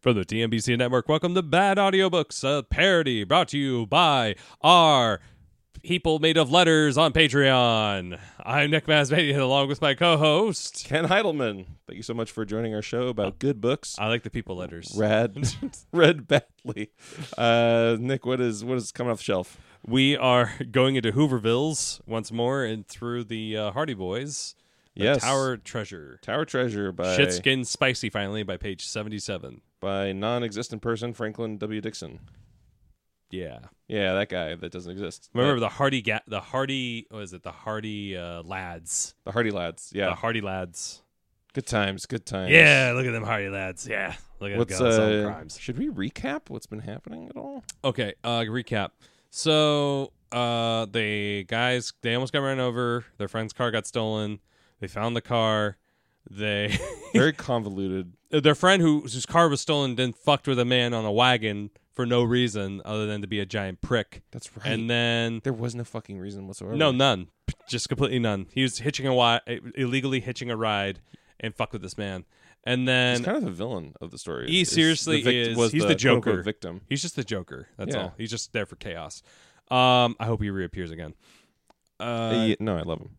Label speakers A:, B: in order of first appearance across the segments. A: From the TNBC Network, welcome to Bad Audiobooks, a parody brought to you by our people made of letters on Patreon. I'm Nick Masmedian, along with my co-host.
B: Ken Heidelman, thank you so much for joining our show
A: Uh,
B: about good books.
A: I like the people letters.
B: Read, read badly. Uh, Nick, what is what is coming off the shelf?
A: We are going into Hoovervilles once more and through the uh, Hardy Boys. The
B: Yes.
A: Tower Treasure.
B: Tower Treasure by
A: Shitskin Spicy, finally, by page 77.
B: by non-existent person Franklin W. Dixon.
A: Yeah.
B: Yeah, that guy that doesn't exist.
A: Remember the Hardy, ga- the Hardy, what is it? The Hardy uh, lads.
B: the Hardy Lads. Yeah,
A: The Hardy lads.
B: good times, good times.
A: Yeah, look at them Hardy lads. Yeah. Look at
B: What's
A: them go. solving
B: uh,
A: crimes.
B: should we recap what's been happening at all?
A: Okay, uh recap. So uh the guys they almost got run over, their friend's car got stolen, they found the car, they
B: Very convoluted.
A: their friend who whose car was stolen then fucked with a man on a wagon for no reason other than to be a giant prick.
B: That's right.
A: And then
B: there was no fucking reason whatsoever.
A: no, none. Just completely none. He was hitching a wi- illegally hitching a ride and fucked with this man. And then
B: he's kind of the villain of the story.
A: He
B: Is- the
A: seriously
B: vict-
A: is.
B: was
A: He's the
B: quote-unquote
A: Joker.
B: victim.
A: He's just the Joker. That's
B: Yeah.
A: all. He's just there for chaos. Um, I hope he reappears again. Uh, yeah.
B: Yeah, no, I love him.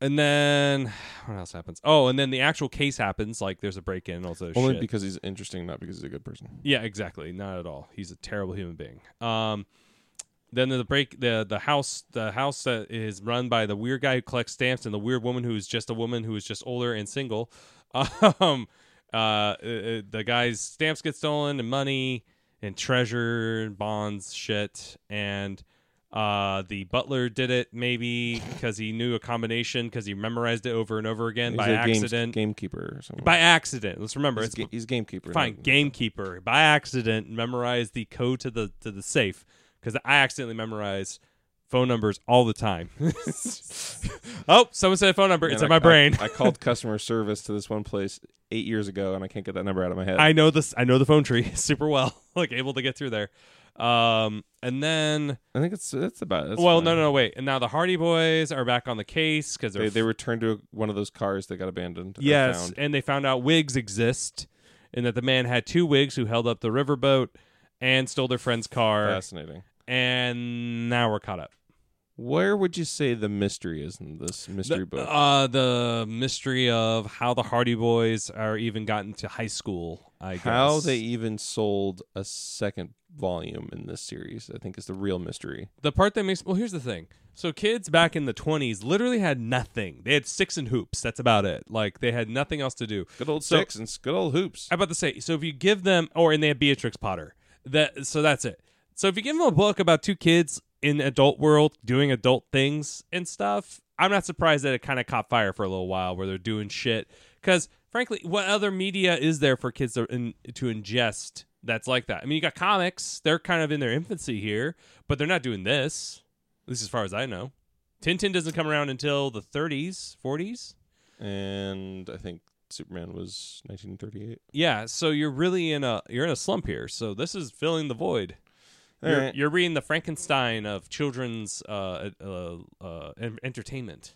A: And then what else happens? Oh, and then the actual case happens. Like there's a break in and all this other
B: Only
A: shit.
B: because he's interesting, not because he's a good person.
A: yeah, exactly. Not at all. He's a terrible human being. Um, then the break the the house the house that is run by the weird guy who collects stamps and the weird woman who is just a woman who is just older and single. Um, uh, uh, the guy's stamps get stolen and money and treasure and bonds shit and uh the butler did it maybe because he knew a combination because he memorized it over and over again
B: He's
A: by
B: a games-
A: accident
B: gamekeeper or something.
A: by accident let's remember
B: he's,
A: it's
B: ga- he's gamekeeper.
A: Fine,
B: not-
A: gamekeeper by accident memorized the code to the to the safe because I accidentally memorize phone numbers all the time. oh, someone said a phone number.
B: Man,
A: it's in
B: I-
A: my brain.
B: I, I called customer service to this one place eight years ago, and I can't get that number out of my head.
A: I know this. I know the phone tree super well. like able to get through there. Um, and then
B: I think it's that's about. That's
A: well,
B: fine.
A: no, no, no, wait. And now the Hardy Boys are back on the case because
B: They, they returned to one of those cars that got abandoned. or
A: Yes,
B: found.
A: and they found out wigs exist, and that the man had two wigs who held up the riverboat and stole their friend's car.
B: fascinating.
A: And now we're caught up.
B: Where would you say the mystery is in this mystery
A: the,
B: book?
A: Uh, the mystery of how the Hardy Boys are even gotten to high school. I
B: How
A: guess.
B: they even sold a second volume in this series, I think, is the real mystery.
A: the part that makes well. Here's the thing. So kids back in the 20s literally had nothing. They had sticks and hoops. That's about it. Like they had nothing else to do.
B: Good old
A: So-
B: six and s- good old hoops.
A: I'm about to say. So if you give them, or and they have Beatrix Potter. That so that's it. So if you give them a book about two kids in adult world doing adult things and stuff, I'm not surprised that it kind of caught fire for a little while where they're doing shit. Because frankly, what other media is there for kids to, in, to ingest that's like that? I mean, you got comics. They're kind of in their infancy here, but they're not doing this. At least as far as I know. Tintin doesn't come around until the 30s, 40s.
B: and I think Superman was 1938.
A: Yeah, so you're really in a you're in a slump here. So this is filling the void.
B: All
A: You're,
B: right.
A: you're reading the Frankenstein of children's uh, uh, uh, en- entertainment.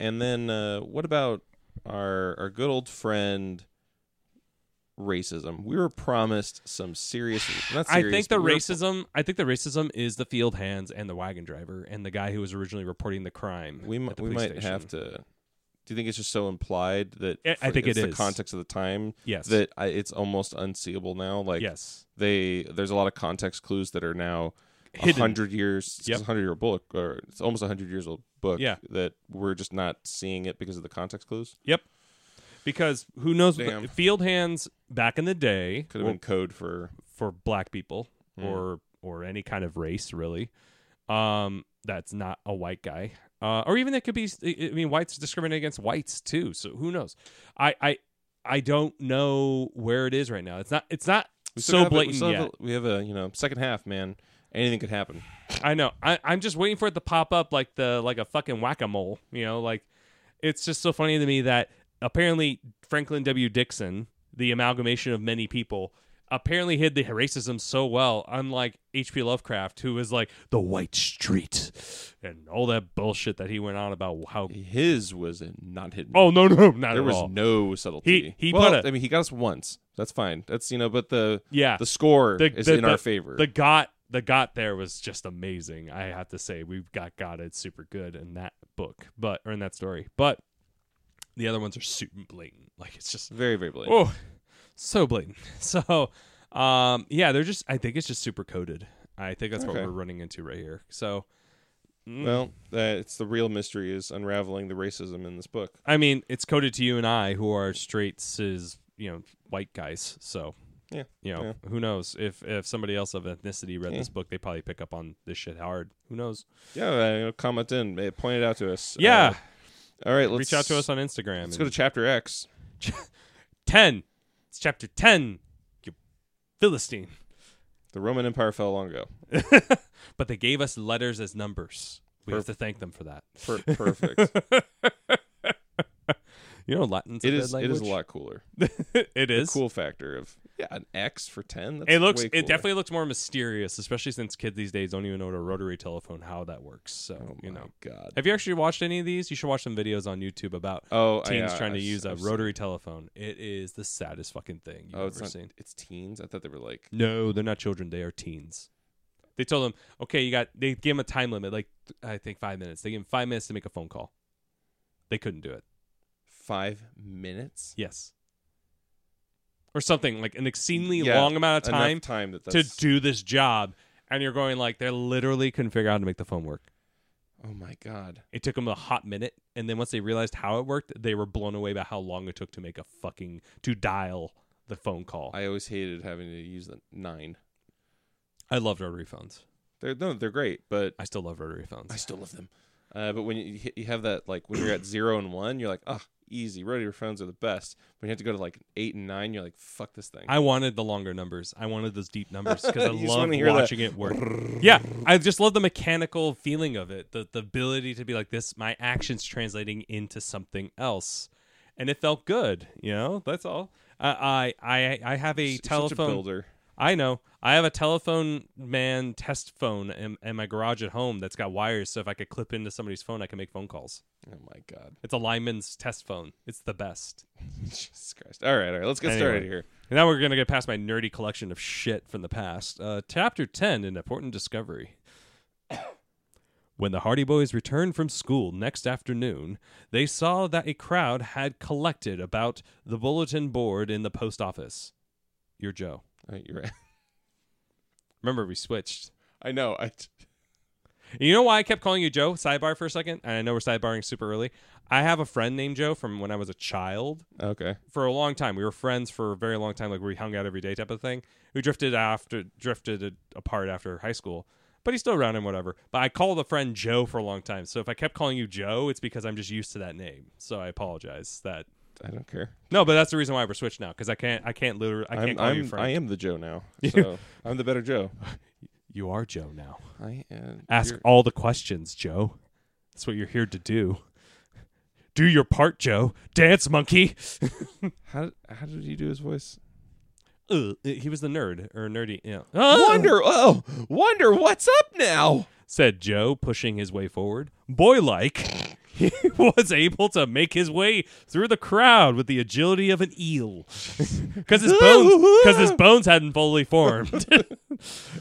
B: And then uh, what about our our good old friend racism? We were promised some serious. Not
A: I
B: serious
A: think the
B: but we were-
A: racism. I think the racism is the field hands and the wagon driver and the guy who was originally reporting the crime.
B: we mi-
A: at the
B: we
A: police
B: might
A: station.
B: have to. Do you think it's just so implied that
A: I- I
B: for-
A: think
B: it's
A: it
B: the
A: is.
B: context of the time
A: Yes.
B: that I, it's almost unseeable now. Like
A: yes.
B: they there's a lot of context clues that are now a
A: Hidden.
B: hundred years.
A: Yep.
B: It's a hundred year book, or it's almost a hundred years old book.
A: Yeah.
B: that we're just not seeing it because of the context clues.
A: Yep. Because who knows? what the-
B: Damn.
A: Field hands back in the day
B: Could have
A: were-
B: been code for
A: for black people
B: Mm.
A: or or any kind of race really um that's not a white guy uh or even it could be i I mean whites discriminate against whites too so who knows i i i don't know where it is right now it's not it's not
B: We still
A: so
B: have a- we
A: blatant
B: still have
A: yet
B: a- we have a you know second half, man. Anything could happen.
A: i know I, i'm just waiting for it to pop up like the like a fucking whack-a-mole you know like it's just so funny to me that apparently franklin w dixon the amalgamation of many people apparently hid the racism so well, unlike H.P. Lovecraft, who was like the white street and all that bullshit that he went on about how.
B: His was not hidden.
A: Oh no, no, not
B: there
A: at
B: was
A: all.
B: no subtlety.
A: He- he
B: well,
A: put a-
B: I mean, he got us once. That's fine. That's you know, but the
A: yeah,
B: the score
A: The-
B: is
A: the-
B: in
A: the-
B: our favor.
A: the got the got there was just amazing. I have to say, we've got got it super good in that book, but or in that story, but the other ones are super blatant. Like it's just
B: very very blatant.
A: Oh, so blatant. So, um, yeah, they're just. I think it's just super coded. I think that's what
B: Okay.
A: we're running into right here. So, mm,
B: Well, uh, it's the real mystery is unraveling the racism in this book.
A: I mean, it's coded to you and I, who are straight cis, you know, white guys. So,
B: Yeah,
A: you know, who knows if if somebody else of ethnicity read this book, they probably pick up on this shit hard. Who knows?
B: Yeah, uh, you know, comment in. Uh, Point it out to us.
A: Yeah,
B: Uh, all right, let's
A: reach out to us on Instagram.
B: Let's
A: and-
B: go to chapter X.
A: ten. It's chapter ten. You Philistine.
B: The Roman Empire fell long ago.
A: but they gave us letters as numbers. We have to thank them for that.
B: Per- perfect.
A: You know, Latin's a
B: it
A: dead
B: is. It is a
A: language.
B: lot cooler.
A: it is.
B: Cool factor of yeah, an X for ten. That's
A: It looks.
B: way
A: It
B: cooler.
A: definitely looks more mysterious, especially since kids these days don't even know what a rotary telephone how that works. So
B: Oh
A: you
B: my
A: know.
B: God.
A: Have you actually watched any of these? You should watch some videos on YouTube about
B: Oh, I-
A: teens
B: I-
A: trying to
B: I've-
A: use a
B: I've seen-
A: rotary telephone. It is the saddest fucking thing you've
B: Oh,
A: ever
B: it's not.
A: seen.
B: It's teens. I thought they were like.
A: No, they're not children. They are teens. They told them, okay, you got. They gave them a time limit, like I think five minutes. They gave them five minutes to make a phone call. They couldn't do it.
B: five minutes.
A: Yes. Or something like an exceedingly
B: Yeah,
A: long amount of
B: Enough
A: time
B: time that
A: to
B: that's,
A: do this job, and you're going like they literally couldn't figure out how to make the phone work.
B: Oh my god.
A: It took them a hot minute, and then once they realized how it worked, they were blown away by how long it took to make a fucking to dial the phone call. I,
B: I always hated having to use the nine.
A: loved rotary phones.
B: They're no, they're great, but
A: I still love rotary
B: I
A: phones.
B: still love them. Uh, but when you hit- you have that like when you're at zero and one, you're like, ah, easy. Rotary phones are the best. When you have to go to like eight and nine, you're like, fuck this thing.
A: I wanted the longer numbers. I wanted those deep numbers because I
B: You just
A: love
B: wanna hear that.
A: watching it work. yeah, I just love the mechanical feeling of it, the the ability to be like this. My actions translating into something else, and it felt good. You know, that's all. I I I, I have a
B: S- such
A: telephone.
B: builder.
A: I know. I have a telephone man test phone in, in my garage at home that's got wires, so if I could clip into somebody's phone, I can make phone calls.
B: Oh my god.
A: It's a lineman's test phone. It's the best.
B: Jesus Christ. All right, all right. Let's get started
A: Anyway.
B: here.
A: And now we're going to get past my nerdy collection of shit from the past. Uh, chapter 10 An Important Discovery. when the Hardy Boys returned from school next afternoon, they saw that a crowd had collected about the bulletin board in the post office. You're Joe.
B: All right, you're right.
A: Remember, we switched.
B: I know. I
A: And You know why I kept calling you Joe? Sidebar for a second. And I know we're sidebarring super early. I have a friend named Joe from when I was a child.
B: okay.
A: for a long time. We were friends for a very long time, like we hung out every day type of thing. We drifted after drifted a- apart after high school, but he's still around and whatever. But I called a friend Joe for a long time, so if I kept calling you Joe, it's because I'm just used to that name. So I apologize that.
B: I don't care.
A: No, but that's the reason why we're switched now because I can't I can't literally I can't
B: I'm,
A: call you
B: I'm
A: friend.
B: I am the Joe now. So I'm the better Joe.
A: You are Joe now.
B: I uh,
A: Ask
B: you're-
A: all the questions, Joe. That's what you're here to do. Do your part, Joe. Dance monkey.
B: How did, how did he do his voice?
A: Uh, he was the nerd or nerdy. Yeah.
B: Wonder, oh, wonder what's up now.
A: said Joe, pushing his way forward. Boylike, he was able to make his way through the crowd with the agility of an eel, because his bones, because his bones hadn't fully formed. and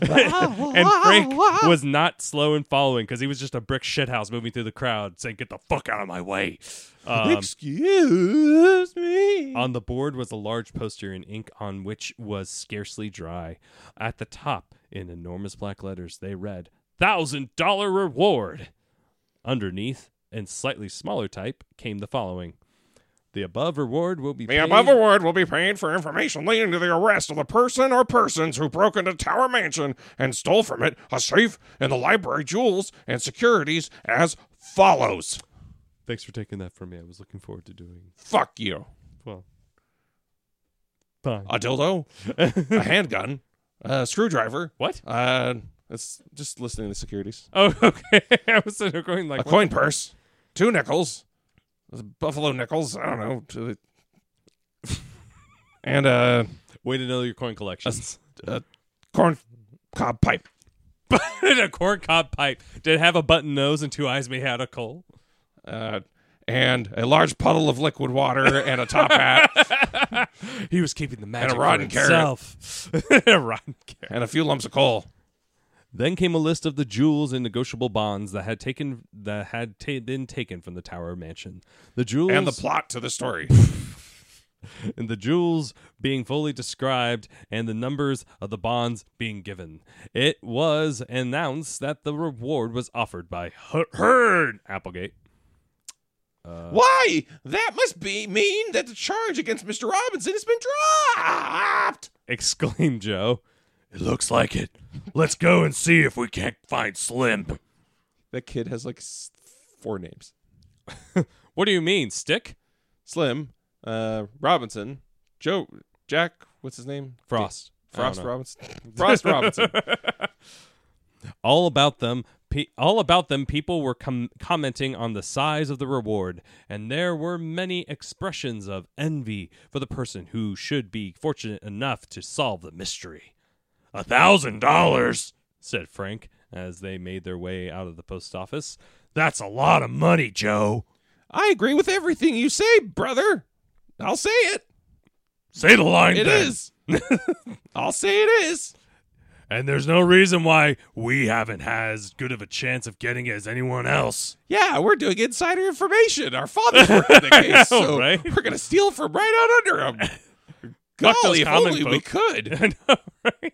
A: Frank was not slow in following because he was just a brick shithouse moving through the crowd, saying, "Get the fuck out of my way." Um,
B: Excuse me.
A: on the board was a large poster in ink on which was scarcely dry. At the top, in enormous black letters, they read, Thousand Dollar Reward! Underneath, in slightly smaller type, came the following The above reward will be
C: The
A: paid.
C: above award will be paid for information leading to the arrest of the person or persons who broke into Tower Mansion and stole from it a safe and the library jewels and securities as follows.
A: Thanks for taking that from me. I was looking forward to doing
C: Fuck you.
A: well. Fine.
C: A dildo, a handgun, a screwdriver.
A: what?
C: Uh,
B: That's just listening to the securities.
A: Oh, okay. I was sitting there going
C: a
A: like,
C: coin purse, two nickels, buffalo nickels, I don't know, to the- and uh,
A: Way to know your coin collections.
C: corn cob pipe.
A: But a corn cob pipe did it have a button nose and two eyes made out of coal.
C: Uh, and a large puddle of liquid water and a top hat
A: He was keeping the magic
C: a rotten
A: for
C: carrot.
A: himself. a rotten carrot.
C: and a few lumps of coal.
A: Then came a list of the jewels and negotiable bonds that had taken that had ta- been taken from the Tower Mansion. The jewels
C: And the plot to the story.
A: and the jewels being fully described and the numbers of the bonds being given. It was announced that the reward was offered by Her- Hearn Applegate. Uh.
B: Why? That must be mean that the charge against Mr. Robinson has been dropped.
A: Exclaimed Joe.
D: It looks like it. Let's go and see if we can't find Slim.
B: That kid has like s- four names:
A: What do you mean, stick?
B: Slim, uh, Robinson, Joe, Jack. What's his name?
A: Frost. I
B: Frost
A: don't know.
B: Robinson. Frost Robinson.
A: All about them, pe- all about them. People were com- commenting on the size of the reward, and there were many expressions of envy for the person who should be fortunate enough to solve the mystery.
D: A thousand dollars.
A: Said Frank as they made their way out of the post office.
D: That's a lot of money, Joe.
B: I agree with everything you say, brother. I'll say it.
D: Say the line.
B: It
D: then.
B: is. I'll say it is.
D: And there's no reason why we haven't had as good of a chance of getting it as anyone else.
B: Yeah, we're doing insider information. Our fathers worked in the case,
A: know,
B: so
A: right?
B: we're gonna steal from right out under him.
A: Fuck those
B: Golly, if
A: common
B: only we could.
A: I know, right?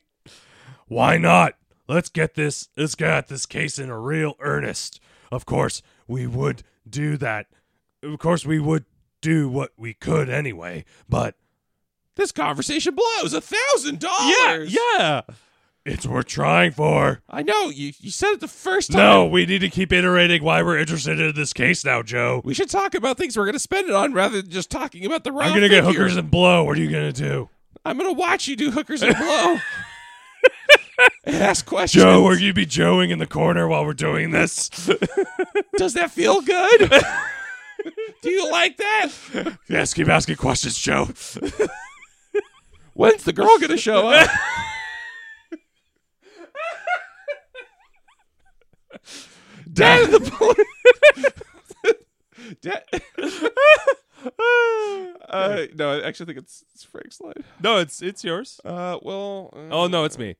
D: Why not? Let's get this. Let's get at this case in a real earnest. Of course, we would do that. Of course, we would do what we could anyway. But
B: This conversation blows. A thousand
A: Yeah,
B: dollars.
A: yeah.
D: it's worth trying for.
B: I know you. You said it the first time.
D: No, we need to keep iterating why we're interested in this case now, Joe.
B: We should talk about things we're gonna spend it on rather than just talking about the. Round
D: I'm gonna get
B: figure.
D: hookers and blow. What are you gonna do,
B: I'm gonna watch you do hookers and blow. and ask questions.
D: Joe? Are you be Joeing in the corner while we're doing this?
B: Does that feel good? Do you like that?
D: yes, keep asking questions, Joe.
B: When's the girl gonna show up? Dad of the police. Dad. uh, no, I actually think it's, it's Frank's line.
A: No, it's it's yours.
B: Uh, well. uh,
A: Oh no, it's me.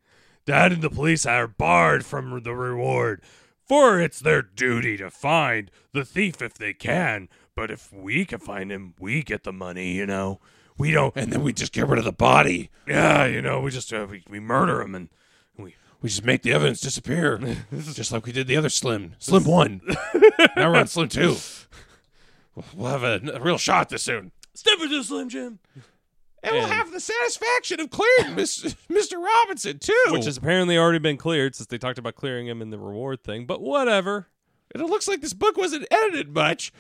D: Dad and the police are barred from the reward, for it's their duty to find the thief if they can. But if we can find him, we get the money. You know, we don't.
C: And then we just get rid of the body.
D: Yeah, you know, we just uh, we, we murder him and
C: We just make the evidence disappear. just like we did the other Slim. Slim 1. now we're on Slim 2. We'll have a, a real shot this soon.
A: Step into Slim Jim,
B: And we'll
A: And-
B: have the satisfaction of clearing Miss, Mr. Robinson, too.
A: which has apparently already been cleared since they talked about clearing him in the reward thing. But whatever.
B: And it looks like this book wasn't edited much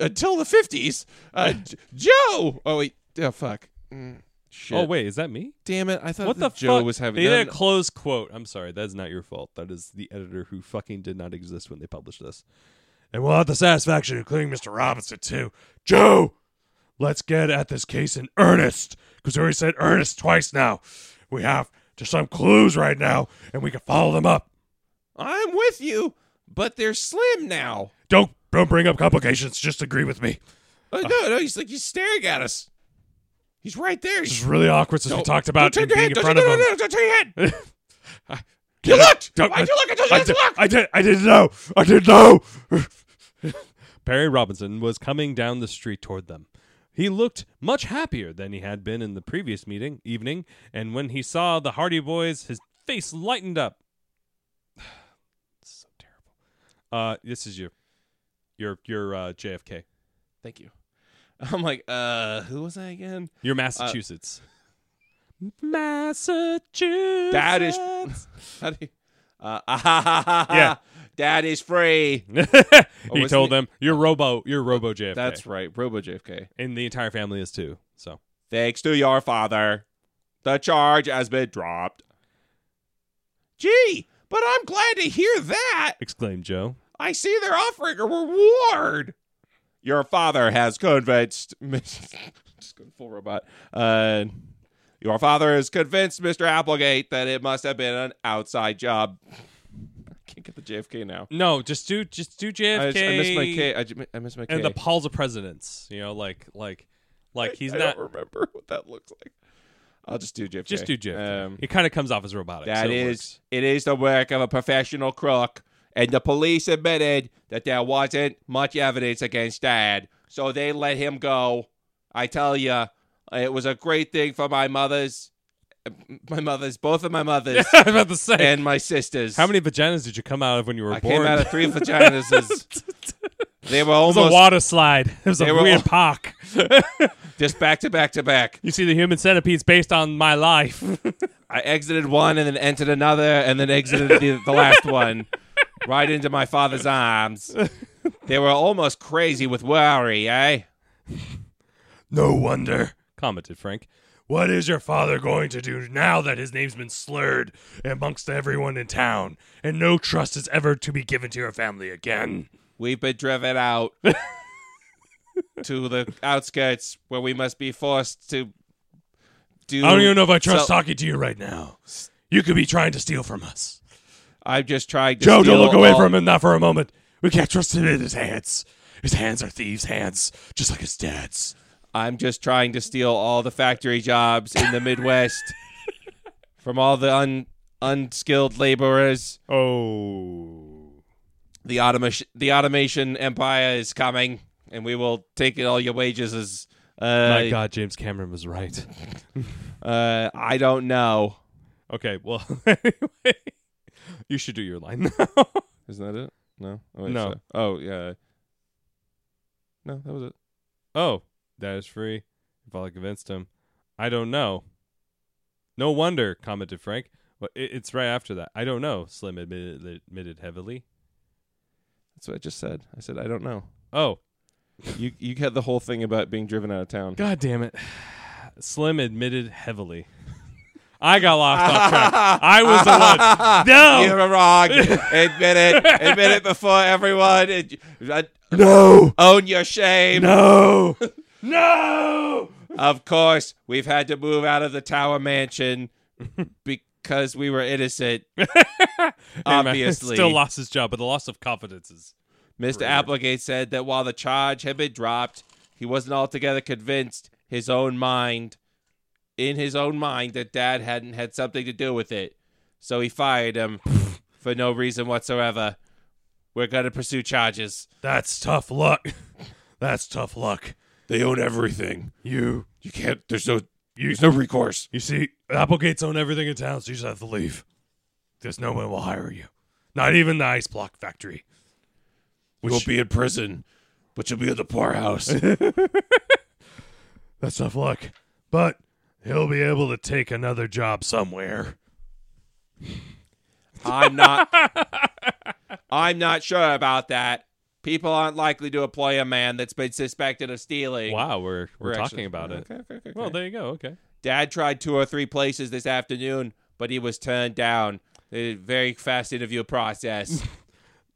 B: until the 50s. Uh, J- Joe! Oh, wait. Oh, fuck. Mm, shit.
A: Oh wait, is that me?
B: Damn it. I thought
A: What the
B: that Joe
A: fuck?
B: was having
A: they did
B: no,
A: a close quote. I'm sorry, that's not your fault. That is the editor who fucking did not exist when they published this.
D: and we'll have the satisfaction of clearing Mr. Robinson too. Joe, let's get at this case in earnest, because we already said earnest twice now. We have just some clues right now, and we can follow them up.
B: I'm with you, but they're slim now.
D: Don't don't bring up complications. Just agree with me.
B: Oh, no, no. He's like, he's staring at us. He's right there.
D: This
B: He's Oh,
D: is really awkward since we talked about
B: don't
D: him
B: turn your
D: being
B: head. Don't,
D: in front
B: you-
D: of
B: no,
D: him.
B: no, no, don't turn your head.
D: You
B: looked! Why'd you look? I told you
D: I
B: not to
D: did-
B: look!
D: I did. I didn't know. I didn't know.
A: Perry Robinson was coming down the street toward them. He looked much happier than he had been in the previous meeting evening, and when he saw the Hardy Boys, his face lightened up. so terrible. Uh, this is your, your, your uh, JFK,
B: Thank you. I'm like, uh, who was I again?
A: your Massachusetts, Massachusetts.
B: That is.
A: Oh,
B: That is uh, yeah. That is free.
A: he
B: isn't
A: told
B: it-
A: them, "You're Robo, you're Robo JFK."
B: That's right. Robo JFK.
A: and the entire family is too. So
B: Thanks to your father, the charge has been dropped. Gee, but I'm glad to hear that.
A: exclaimed Joe.
B: I see they're offering a reward. Your father has convinced. Just going full robot. Uh, Your father has convinced Mr. Applegate that it must have been an outside job. I can't get the JFK now.
A: No, just do just do JFK.
B: I, just- I missed my K. I, ju- I missed my K.
A: and the Pauls of Presidents. You know, like like like he's
B: I
A: not
B: don't remember what that looks like. I'll just do JFK.
A: just do JFK.
B: Um,
A: it kind of comes off as robotic.
B: That
A: so it
B: is,
A: works.
B: it is the work of a professional crook, and the police admitted that there wasn't much evidence against Dad, so they let him go. I tell you, it was a great thing for my mother's, my mother's, both of my mothers
A: I was about to say.
B: and my sisters.
A: how many vaginas did you come out of when you were
B: I
A: born?
B: came out of three vaginas. they
A: it
B: were
A: was a
B: almost
A: water slide. It was a
B: They were
A: weird
B: all-
A: park.
B: just back to back to back.
A: you see, the human centipede's based on my life.
B: I exited one and then entered another and then exited the, the last one right into my father's arms. They were almost crazy with worry, eh?
D: No wonder.
A: Commented Frank.
D: What is your father going to do now that his name's been slurred amongst everyone in town, and no trust is ever to be given to your family again?
B: We've been driven out to the outskirts where we must be forced to do.
D: I don't even know if I trust
B: Mm. So-
D: talking to you right now. You could be trying to steal from us.
B: I'm just trying to.
D: Joe,
B: steal
D: don't look away
B: all-
D: from him, not for a moment. We can't trust him in his hands. His hands are thieves' hands, just like his dad's.
B: I'm just trying to steal all the factory jobs in the Midwest from all the un, unskilled laborers.
A: Oh.
B: the automation the automation empire is coming, and we will take all your wages. As
A: My
B: uh,
A: God, James Cameron was right.
B: uh, I don't know.
A: Okay, well, anyway, you should do your line now.
B: Isn't that it? No. Oh, wait,
A: No.
B: so- Oh yeah. No, that was it.
A: oh, that is free. If I convinced him, I don't know. No wonder, commented Frank. But it, it's right after that. I don't know. Slim admitted, admitted heavily.
B: That's what I just said. I said I don't know.
A: Oh,
B: You you had the whole thing about being driven out of town.
A: God damn it. Slim admitted heavily. I got lost off track. I was the one.
B: You
A: No.
B: were wrong. Admit it. Admit it before everyone. Ad- ad-
D: No!
B: Own your shame.
D: No! no!
B: Of course, we've had to move out of the Tower Mansion because we were innocent.
A: Anyway,
B: Obviously,
A: Still lost his job, but the loss of confidence is.
B: Mr. Applegate said that while the charge had been dropped, he wasn't altogether convinced his own mind, in his own mind, that Dad hadn't had something to do with it. So he fired him for no reason whatsoever. We're gonna pursue charges.
D: That's tough luck. That's tough luck.
C: They own everything.
D: You,
C: You can't. There's no. There's no recourse.
D: you see, Applegates own everything in town, so you just have to leave. Because no one will hire you. Not even the ice block factory.
C: You won't be in prison, but you'll be in the poorhouse.
D: That's tough luck. But he'll be able to take another job somewhere.
B: I'm not. I'm not sure about that. People aren't likely to employ a man that's been suspected of stealing.
A: Wow, we're, we're,
B: actually-
A: talking about it.
B: Okay, okay, okay,
A: Well,
B: okay.
A: there you go. Okay.
B: Dad tried two or three places this afternoon, but he was turned down. A very fast interview process.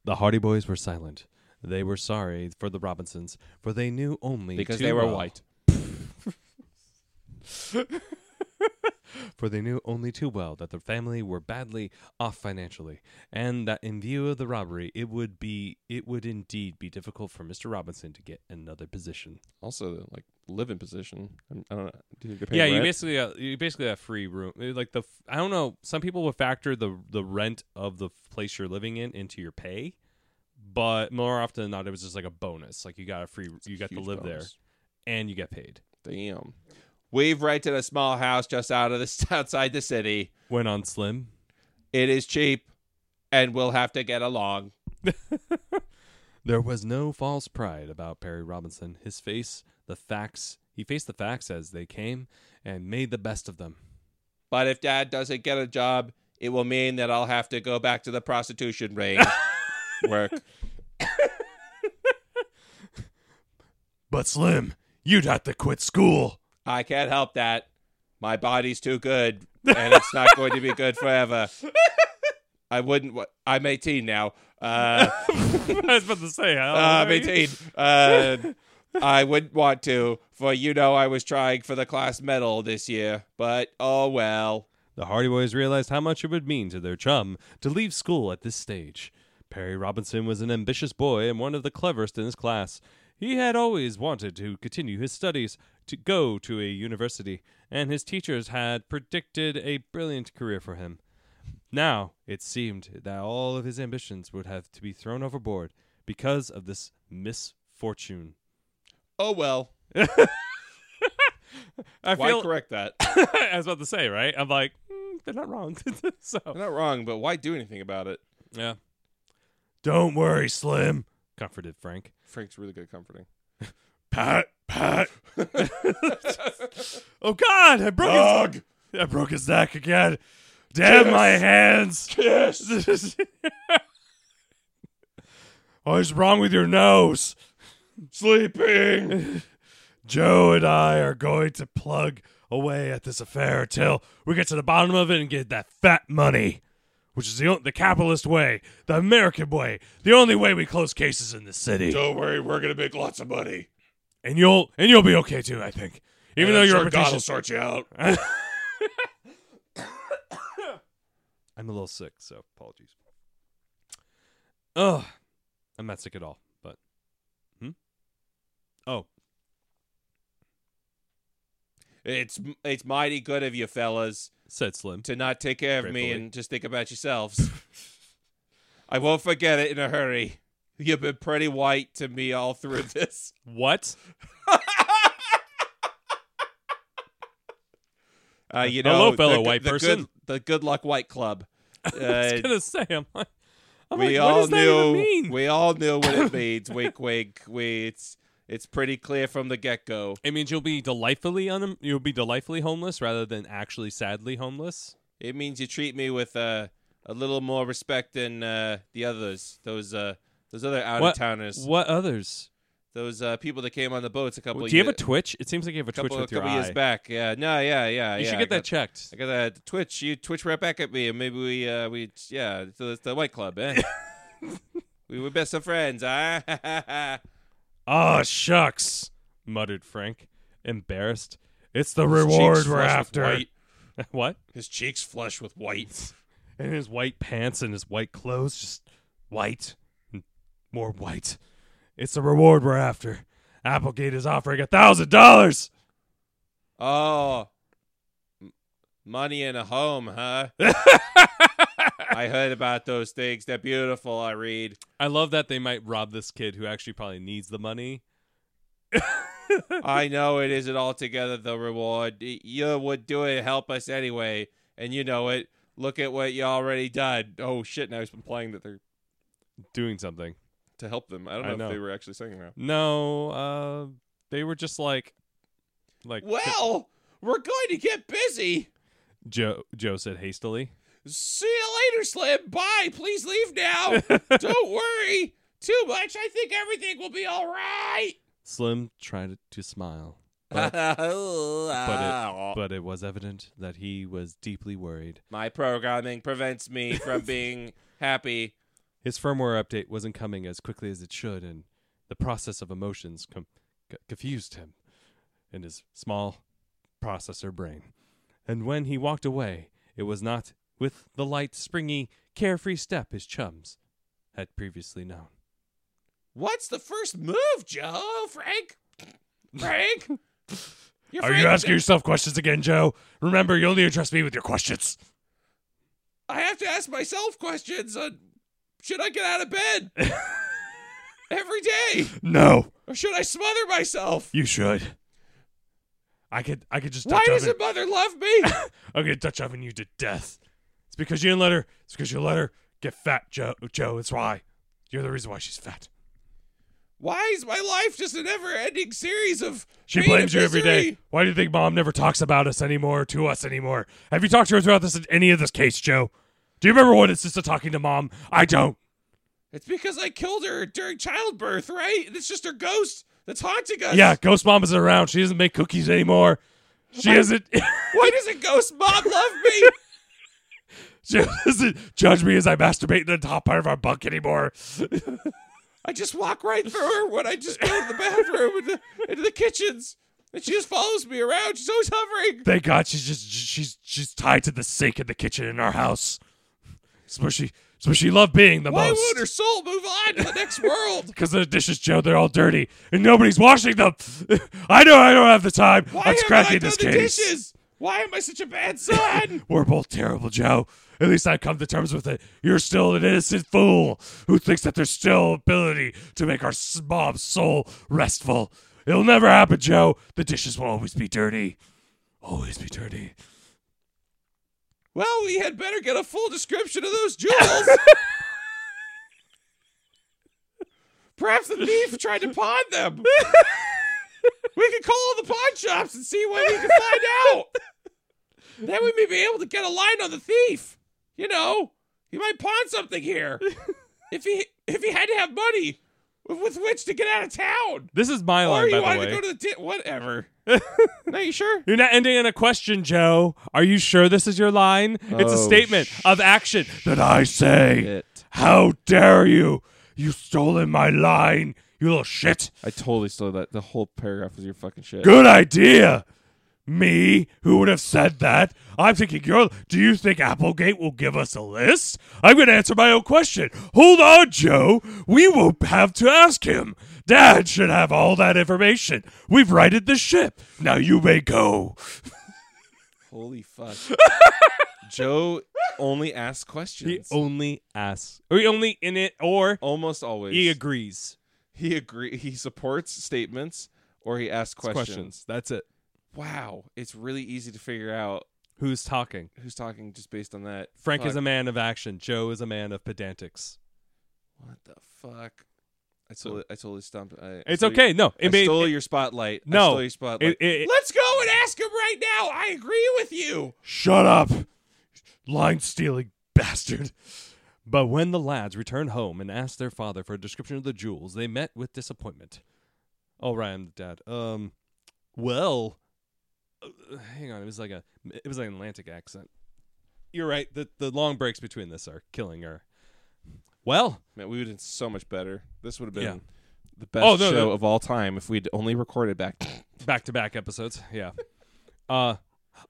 A: The Hardy Boys were silent. They were sorry for the Robinsons, for they knew only
B: Because
A: too
B: they were
A: well-
B: white.
A: For they knew only too well that their family were badly off financially, and that in view of the robbery, it would be it would indeed be difficult for Mister Robinson to get another position.
B: also, like live in position. I'm- I don't know. Do you get paid
A: Yeah, you
B: rent?
A: basically uh, you basically have free room. Uh, Like the f- I don't know. Some people would factor the the rent of the place you're living in into your pay, but more often than not, it was just like a bonus. Like you got a free, you got to
B: huge
A: live
B: bonus.
A: there, and you get paid.
B: Damn. We've rented a small house just out of the outside the city.
A: Went on slim.
B: It is cheap, and we'll have to get along.
A: There was no false pride about Perry Robinson. His face, the facts, he faced the facts as they came and made the best of them.
B: But if Dad doesn't get a job, it will mean that I'll have to go back to the prostitution ring. Work.
D: But Slim, you'd have to quit school.
B: I can't help that. My body's too good, and it's not going to be good forever. I wouldn't. wa- I'm 18 now. Uh,
A: I was about to say,
B: uh, I'm 18. Uh, I would want to, for you know I was trying for the class medal this year, but oh well.
A: The Hardy Boys realized how much it would mean to their chum to leave school at this stage. Perry Robinson was an ambitious boy and one of the cleverest in his class. He had always wanted to continue his studies, to go to a university, and his teachers had predicted a brilliant career for him. Now it seemed that all of his ambitions would have to be thrown overboard because of this misfortune.
B: Oh well.
A: I
B: Why
A: feel
B: correct that?
A: I was about to say, right? I'm like, mm, they're not wrong. so
B: You're not wrong, but why do anything about it?
A: yeah,
D: Don't worry, Slim.
A: comforted Frank.
B: Frank's really good at comforting.
D: Pat, Pat,
A: Oh God, I broke
D: dog. I broke his neck again. Damn my hands.
A: his.
D: What is wrong with your nose? Sleeping. Joe and I are going to plug away at this affair till we get to the bottom of it and get that fat money, which is the, o- the capitalist way, the American way, the only way we close cases in this city.
C: Don't worry, we're gonna make lots of money.
D: And you'll and you'll be okay too, I think. Even
C: And
D: though
C: I'm
D: your
C: sure God
D: reputation-
C: will sort you out.
A: I'm a little sick, so apologies. Ugh, I'm not sick at all, but hmm. Oh,
B: It's it's mighty good of you fellas
A: said Slim.
B: to not take care of me
A: Gratefully.
B: and just think about yourselves. I won't forget it in a hurry. You've been pretty white to me all through this.
A: What?
B: Uh, you know,
A: Hello, fellow
B: the,
A: white
B: the
A: person.
B: Good, the Good Luck White Club.
A: I
B: Uh,
A: was gonna say. I'm like, I'm
B: we
A: like, what
B: all
A: does that
B: knew.
A: even mean?
B: We all knew what it means. wink, wink. We, it's it's pretty clear from the get go.
A: It means you'll be delightfully un- you'll be delightfully homeless rather than actually sadly homeless.
B: It means you treat me with uh, a little more respect than uh, the others. Those uh, those other out of
A: What-
B: towners.
A: What others?
B: Those uh, people that came on the boats a couple.
A: Do you
B: year,
A: have a twitch? It seems like you have a
B: couple,
A: twitch with your
B: couple years
A: eye.
B: back? Yeah. No. Yeah. Yeah.
A: You
B: yeah,
A: should
B: I
A: get that
B: got-
A: checked.
B: I got that twitch. You twitch right back at me, and maybe we uh we yeah. So it's the White Club, eh? we were best of friends. Ah.
D: Oh shucks.
A: Muttered Frank, embarrassed.
D: It's the
B: His cheeks
D: reward we're
B: flushed with
D: after.
B: white.
A: what?
B: His cheeks flush with white.
D: and his white pants and his white clothes just white and more white it's the reward we're after applegate is offering a thousand dollars
B: Oh, M- money and a home, huh? I heard about those things. They're beautiful. I read.
A: I love that they might rob this kid who actually probably needs the money.
B: I know it isn't altogether the reward. Y- You would do it, help us anyway, and you know it. Look at what you already done. Oh shit! Now he's implying that they're
A: Doing something.
B: to help them. I don't
A: I
B: know,
A: know.
B: if they were actually singing that.
A: No, uh, they were just like, like
B: Well, we're going to get busy.
A: Joe. Joe said hastily.
B: See you later, Slim. Bye. Please leave now. Don't worry too much. I think everything will be all right.
A: Slim tried to smile, but,
B: but
A: but it was evident that he was deeply worried.
B: my programming prevents me from being happy.
A: His firmware update wasn't coming as quickly as it should, and the process of emotions com- c- confused him in his small processor brain. And when he walked away, it was not with the light, springy, carefree step his chums had previously known.
B: What's the first move, Joe? Frank? Frank? You're
D: are you asking yourself questions again joe remember you only address me with your questions
B: I have to ask myself questions on should I get out of bed every day?
D: no
B: Or should I smother myself?
D: you should i could i could just
B: Why
D: touch oven,
B: doesn't mother love me?
D: i'm gonna touch oven you to death it's because you didn't let her it's because you let her get fat joe joe that's why you're the reason why she's fat
B: Why is my life just a never ending series of
D: She
B: pain
D: blames you
B: and
D: every day.
B: misery?
D: Why do you think mom never talks about us anymore, to us anymore? Have you talked to her throughout this any of this case, Joe? Do you remember what it's just talking to mom? I don't.
B: It's because I killed her during childbirth, right? It's just her ghost that's haunting us.
D: Yeah, ghost mom isn't around. She doesn't make cookies anymore. She isn't.
B: Why doesn't ghost mom love me?
D: she doesn't judge me as I masturbate in the top part of our bunk anymore.
B: I just walk right through her when I just go to the bathroom and the, into the kitchens, and she just follows me around. She's always hovering.
D: Thank God she's just she's she's tied to the sink in the kitchen in our house. It's where she it's where she loved being the
B: Why
D: most.
B: won't her soul move on to the next world?
D: Because the dishes, Joe, they're all dirty and nobody's washing them. I know I don't have the time.
B: Why
D: I'm
B: haven't
D: scratching
B: I done
D: this
B: the
D: case.
B: dishes? Why am I such a bad son?
D: We're both terrible, Joe. At least I've come to terms with it. You're still an innocent fool who thinks that there's still ability to make our s- mom's soul restful. It'll never happen, Joe. The dishes will always be dirty. Always be dirty.
B: well, we had better get a full description of those jewels. Perhaps the thief tried to pawn them. we could call all the pawn shops and see what we can find out. Then we may be able to get a line on the thief. You know, he might pawn something here. If he if he had to have money with which to get out of town,
A: This is my
B: or
A: line,
B: he
A: by the
B: wanted
A: way.
B: to go to Oh, the di- whatever. no, you sure?
A: You're not ending in a question, Joe. Are you sure this is your line? It's a
B: Oh,
A: statement of action.
D: Then I say, How dare you? You stolen my line, you little shit.
B: I totally stole that. The whole paragraph was your fucking shit.
D: Good idea. Me, who would have said that? I'm thinking, girl, do you think Applegate will give us a list? I'm going to answer my own question. Hold on, Joe. We won't have to ask him. Dad should have all that information. We've righted the ship. Now you may go.
B: Holy fuck. Joe only asks
A: He
B: questions.
A: only asks, or he only in it, or
B: Almost always.
A: he agrees.
B: he agree he supports statements or he asks
A: It's
B: questions.
A: That's it.
B: Wow, it's really easy to figure out
A: Who's talking?
B: who's talking just based on that.
A: Frank is a
B: Fuck.
A: man of action. Joe is a man of pedantics.
B: What the fuck? I totally, I totally stumped. I, I
A: It's
B: stole
A: okay.
B: Your,
A: No,
B: I
A: it made
B: stole your spotlight. I
A: No,
B: stole your spotlight.
A: it- it-
B: Let's go and ask him right now. I agree with you.
D: Shut up, line stealing bastard.
A: But when the lads returned home and asked their father for a description of the jewels, they met with disappointment. Oh, Ryan, Dad. Um, well, uh, hang on. It was like a, it was like an Atlantic accent. You're right. The the long breaks between this are killing her. Well,
B: Man, we would have been so much better. This would have been
A: Yeah.
B: the best
A: Oh, no,
B: show
A: no.
B: of all time if we'd only recorded back.
A: back to back episodes. Yeah. Uh,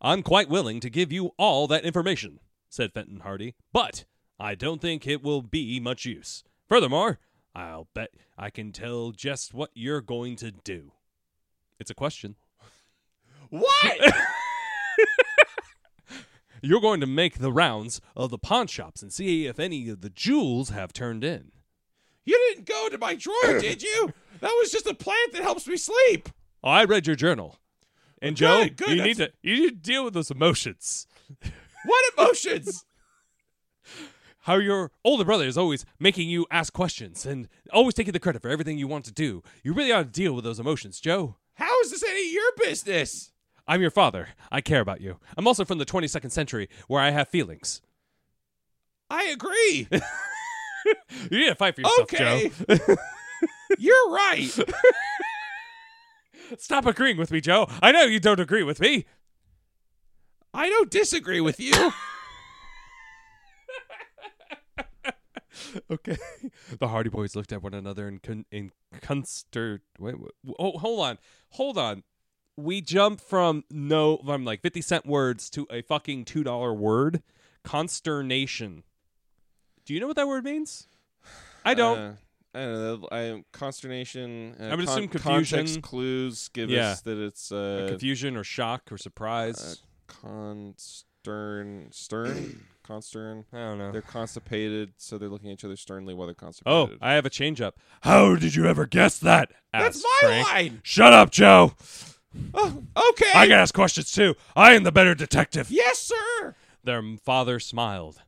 A: I'm quite willing to give you all that information, said Fenton Hardy, but I don't think it will be much use. Furthermore, I'll bet I can tell just what you're going to do. It's a question.
B: what?
A: You're going to make the rounds of the pawn shops and see if any of the jewels have turned in.
B: You didn't go to my drawer, did you? That was just a plant that helps me sleep.
A: Oh, I read your journal. And Joe,
B: Good, good,
A: you
B: that's-
A: need to you need to deal with those emotions.
B: What emotions?
A: how your older brother is always making you ask questions and always taking the credit for everything you want to do. You really ought to deal with those emotions, Joe.
B: How is this any of your business?
A: I'm your father. I care about you. I'm also from the 22nd century where I have feelings.
B: I agree.
A: You need to fight for yourself,
B: Okay.
A: Joe.
B: You're right.
A: Stop agreeing with me, Joe. I know you don't agree with me.
B: I don't disagree with you.
A: Okay. The Hardy Boys looked at one another in con- in conster. Wait, wh- oh, hold on, hold on. We jump from no, from like fifty cent words to a fucking two dollar word. Consternation. Do you know what that word means? I don't.
B: Uh, I don't know. I am consternation. Uh,
A: I would assume confusion.
B: Context clues give
A: Yeah.
B: us that it's uh,
A: Confusion or shock or
B: uh,
A: surprise.
B: constern, stern, constern.
A: I don't know.
B: uh, They're constipated, so they're looking at each other sternly while they're
A: Oh,
B: constipated.
A: I have a change up.
D: How did you ever guess that?
B: that's
A: Asked
B: my
A: Frank.
B: line.
D: Shut up, Joe.
B: Oh, okay.
D: I can ask questions too. I am the better detective.
B: yes, sir.
A: Their father smiled.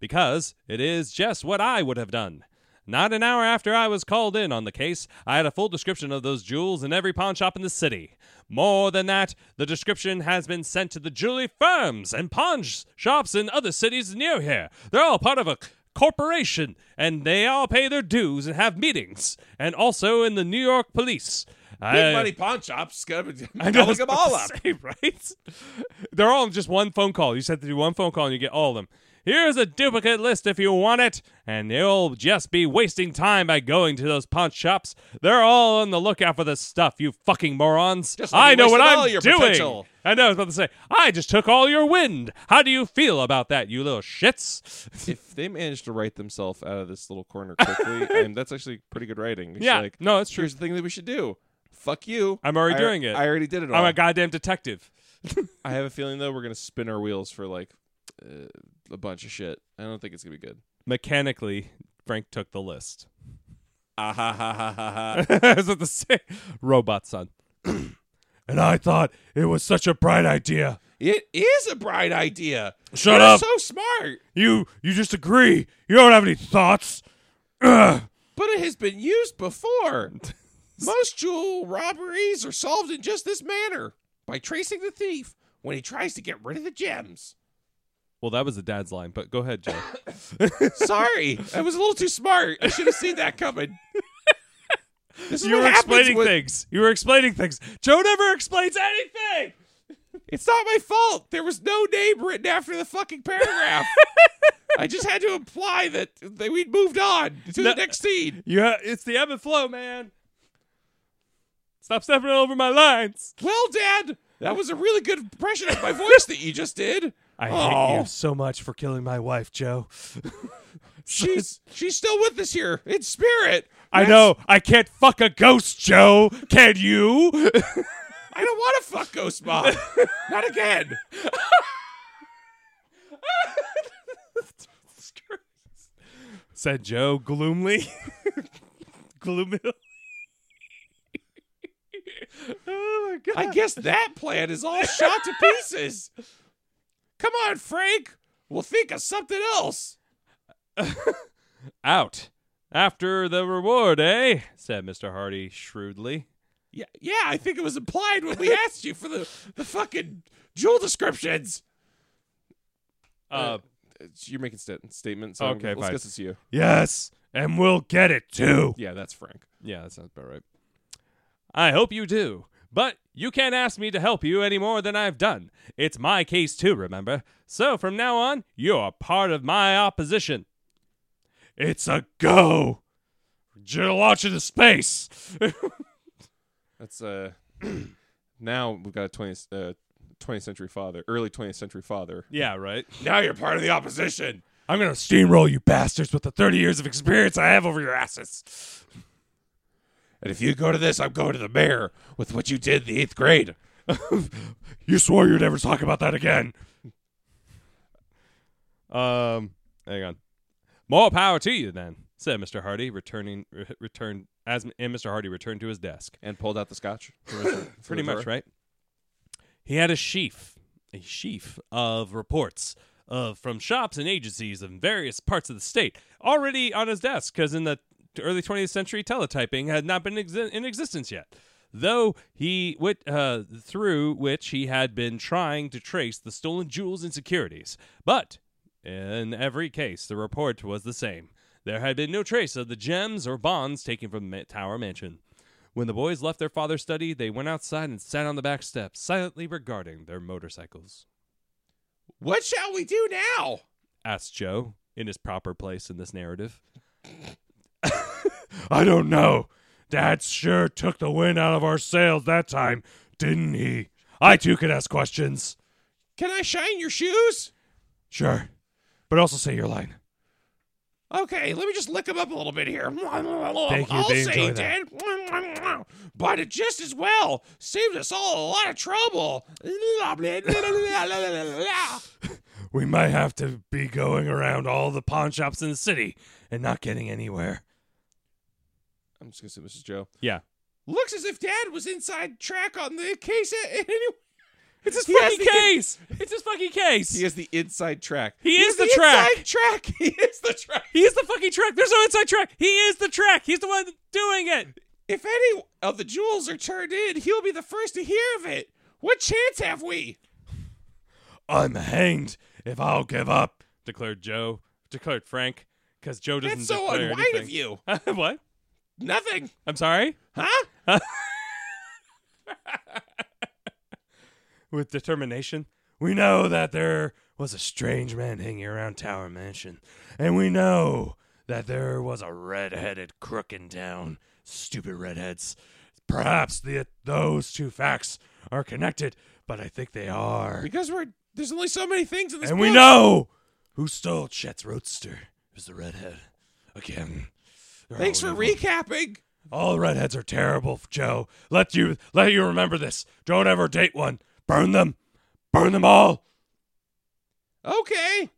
A: Because it is just what I would have done. Not an hour after I was called in on the case, I had a full description of those jewels in every pawn shop in the city. More than that, the description has been sent to the jewelry firms and pawn sh- shops in other cities near here. They're all part of a c- corporation, and they all pay their dues and have meetings, and also in the New York police.
B: Big
A: I-
B: money pawn shops. Gotta
A: Uh, I know,
B: look them all up.
A: Say, right? They're all just one phone call. You just have to do one phone call and you get all of them. Here's a duplicate list if you want it, and you'll just be wasting time by going to those pawn shops. They're all on the lookout for this stuff, you fucking morons.
B: Just like
A: I
B: you
A: know what
B: wasted all
A: I'm
B: your
A: doing.
B: potential.
A: I know I was about to say, I just took all your wind. How do you feel about that, you little shits?
B: if they manage to write themselves out of this little corner quickly, and that's actually pretty good writing. It's
A: yeah,
B: like,
A: no, it's true.
B: here's the thing that we should do. Fuck you.
A: I'm already
B: I-
A: doing it.
B: I already did it all.
A: I'm a goddamn detective.
B: I have a feeling though we're gonna spin our wheels for like uh, a bunch of shit. I don't think it's gonna be good.
A: Mechanically, Frank took the list.
B: Ah ha ha ha ha ha.
A: That's what the say. Robot son.
D: And I thought it was such a bright idea.
B: It is a bright idea.
D: Shut
B: You're
D: up.
B: So smart,
D: You you just agree. You don't have any thoughts. Ugh.
B: but it has been used before. Most jewel robberies are solved in just this manner by tracing the thief when he tries to get rid of the gems.
A: Well, that was the dad's line, but go ahead, Joe.
B: Sorry, I was a little too smart. I should have seen that coming. This is
A: you
B: what
A: were
B: happens
A: explaining
B: when-
A: things. You were explaining things. Joe never explains anything.
B: It's not my fault. There was no name written after the fucking paragraph. I just had to imply that, that we'd moved on to
A: No.
B: the next scene.
A: Yeah, it's the ebb and flow, man. Stop stepping all over my lines.
B: Well, Dad, that was a really good impression of my voice that you just did.
A: I
B: Oh.
A: hate you so much for killing my wife, Joe.
B: She's she's still with us here in spirit.
A: I
B: That's-
A: know. I can't fuck a ghost, Joe. Can you?
B: I don't want to fuck Ghost Mom. not again.
A: Said Joe gloomily. gloomily. oh my god.
B: I guess that plan is all shot to pieces. Come on, Frank. We'll think of something else.
A: out. After the reward, eh? said Mr. Hardy shrewdly.
B: Yeah, yeah, I think it was implied when we asked you for the, the fucking jewel descriptions.
A: Uh,
B: You're making st- statements.
A: so I'm- Okay, let's fine. guess
B: it's you.
D: Yes, and we'll get it too.
B: Yeah, that's Frank.
A: yeah, that sounds about right. I hope you do. But you can't ask me to help you any more than I've done. It's my case, too, remember? So from now on, you're part of my opposition.
D: It's a go. You're launching to space.
B: That's uh, now we've got a 20th uh, 20th century father, early 20th century father.
A: Yeah, right?
B: Now you're part of the opposition.
D: I'm gonna steamroll you bastards with the 30 years of experience I have over your asses.
B: And if you go to this, I'm going to the mayor with what you did in the eighth grade.
D: You swore you'd never talk about that again.
A: Um, hang on. More power to you, then, said Mr. Hardy, returning, re- returned, as, and Mr. Hardy returned to his desk.
B: And pulled out the scotch.
A: pretty much right he had a sheaf a sheaf of reports of from shops and agencies in various parts of the state already on his desk because in the early 20th century teletyping had not been exi- in existence yet though he wit- uh, through which he had been trying to trace the stolen jewels and securities but in every case the report was the same there had been no trace of the gems or bonds taken from the Ma- tower mansion when the boys left their father's study, they went outside and sat on the back steps, silently regarding their motorcycles.
B: What shall we do now?
A: Asked Joe, in his proper place in this narrative.
D: I don't know. Dad sure took the wind out of our sails that time, didn't he? I too could ask questions.
B: Can I shine your shoes?
D: Sure. But also say your line.
B: Okay, let me just lick him up a little bit here.
D: you,
B: I'll
D: they
B: say
D: enjoy
B: he did, but it just as well saved us all a lot of trouble.
D: We might have to be going around all the pawn shops in the city and not getting anywhere.
B: I'm just gonna say, Mrs. Joe.
A: Yeah.
B: Looks as if Dad was inside track on the case. a- a- Anyway,
A: It's his
B: He has
A: fucking
B: the-
A: case! it's his fucking case!
B: he is the inside track.
A: He
B: He's
A: is the track!
B: Inside track. He is the track.
A: He is the fucking track! There's no inside track! He is the track! He's the one doing it!
B: If any of the jewels are turned in, he'll be the first to hear of it. What chance have we?
D: I'm hanged if I'll give up.
A: Declared Joe. Declared Frank. Because Joe doesn't
B: That's so
A: declare
B: unwise of
A: anything.
B: you.
A: what?
B: Nothing,
A: I'm sorry?
B: huh?
A: With determination?
D: We know that there was a strange man hanging around Tower Mansion, and we know that there was a red-headed crook in town. Stupid redheads. Perhaps the, those two facts are connected, but I think they are.
B: Because we're there's only so many things in this.
D: And we
B: book.
D: know who stole Chet's roadster. It was the redhead. Again. They're
B: Thanks
D: all
A: Oh,
B: for
D: evil.
B: recapping.
D: All redheads are terrible, Joe. Let you let you remember this. Don't ever date one. Burn them. Burn them all.
B: Okay.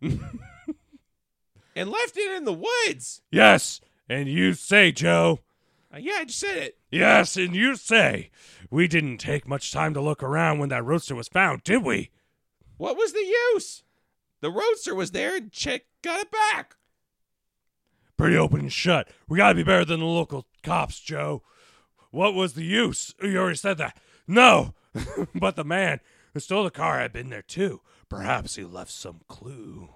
B: and left it in the woods.
D: Yes. And you say, Joe.
B: Uh, yeah, I just said it.
D: Yes, and you say. We didn't take much time to look around when that roadster was found, did we?
B: What was the use? The roadster was there and Chick got it back.
D: Pretty open and shut. We gotta be better than the local cops, Joe. What was the use? You already said that. No. but the man who stole the car had been there too. Perhaps he left some clue.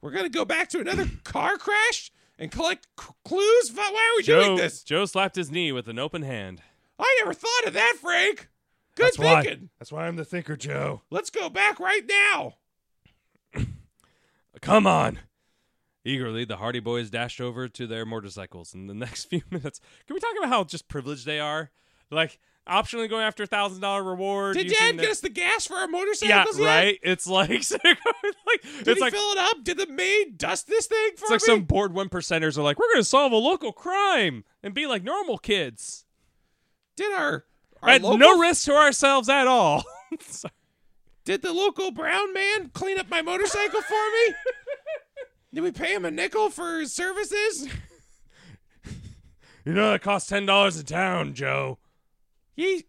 B: We're gonna go back to another car crash and collect c- clues. Why- Why are we
A: Joe,
B: doing this?
A: Joe slapped his knee with an open hand.
B: I never thought of that, Frank. Good
D: That's why-
B: thinking.
D: that's why I'm the thinker, Joe.
B: Let's go back right now.
D: Come on.
A: Eagerly, the Hardy Boys dashed over to their motorcycles. In the next few minutes, can we talk about how just privileged they are? Like, optionally going after a thousand dollar reward.
B: Did
A: using
B: Dad
A: their-
B: get us the gas for our
A: Yeah,
B: motorcycles? yet?
A: right. It's like, so they're going, like
B: Did
A: it's
B: he
A: like
B: fill it up? Did the maid dust this thing for
A: it's like
B: me?
A: some bored one percenters are like, we're gonna solve a local crime and be like normal kids
B: Did our, our
A: at
B: local,
A: no risk to ourselves at all. So-
B: Did the local brown man clean up my motorcycle for me? Did we pay him a nickel for his services?
D: You know that costs ten dollars a town, Joe.
B: He,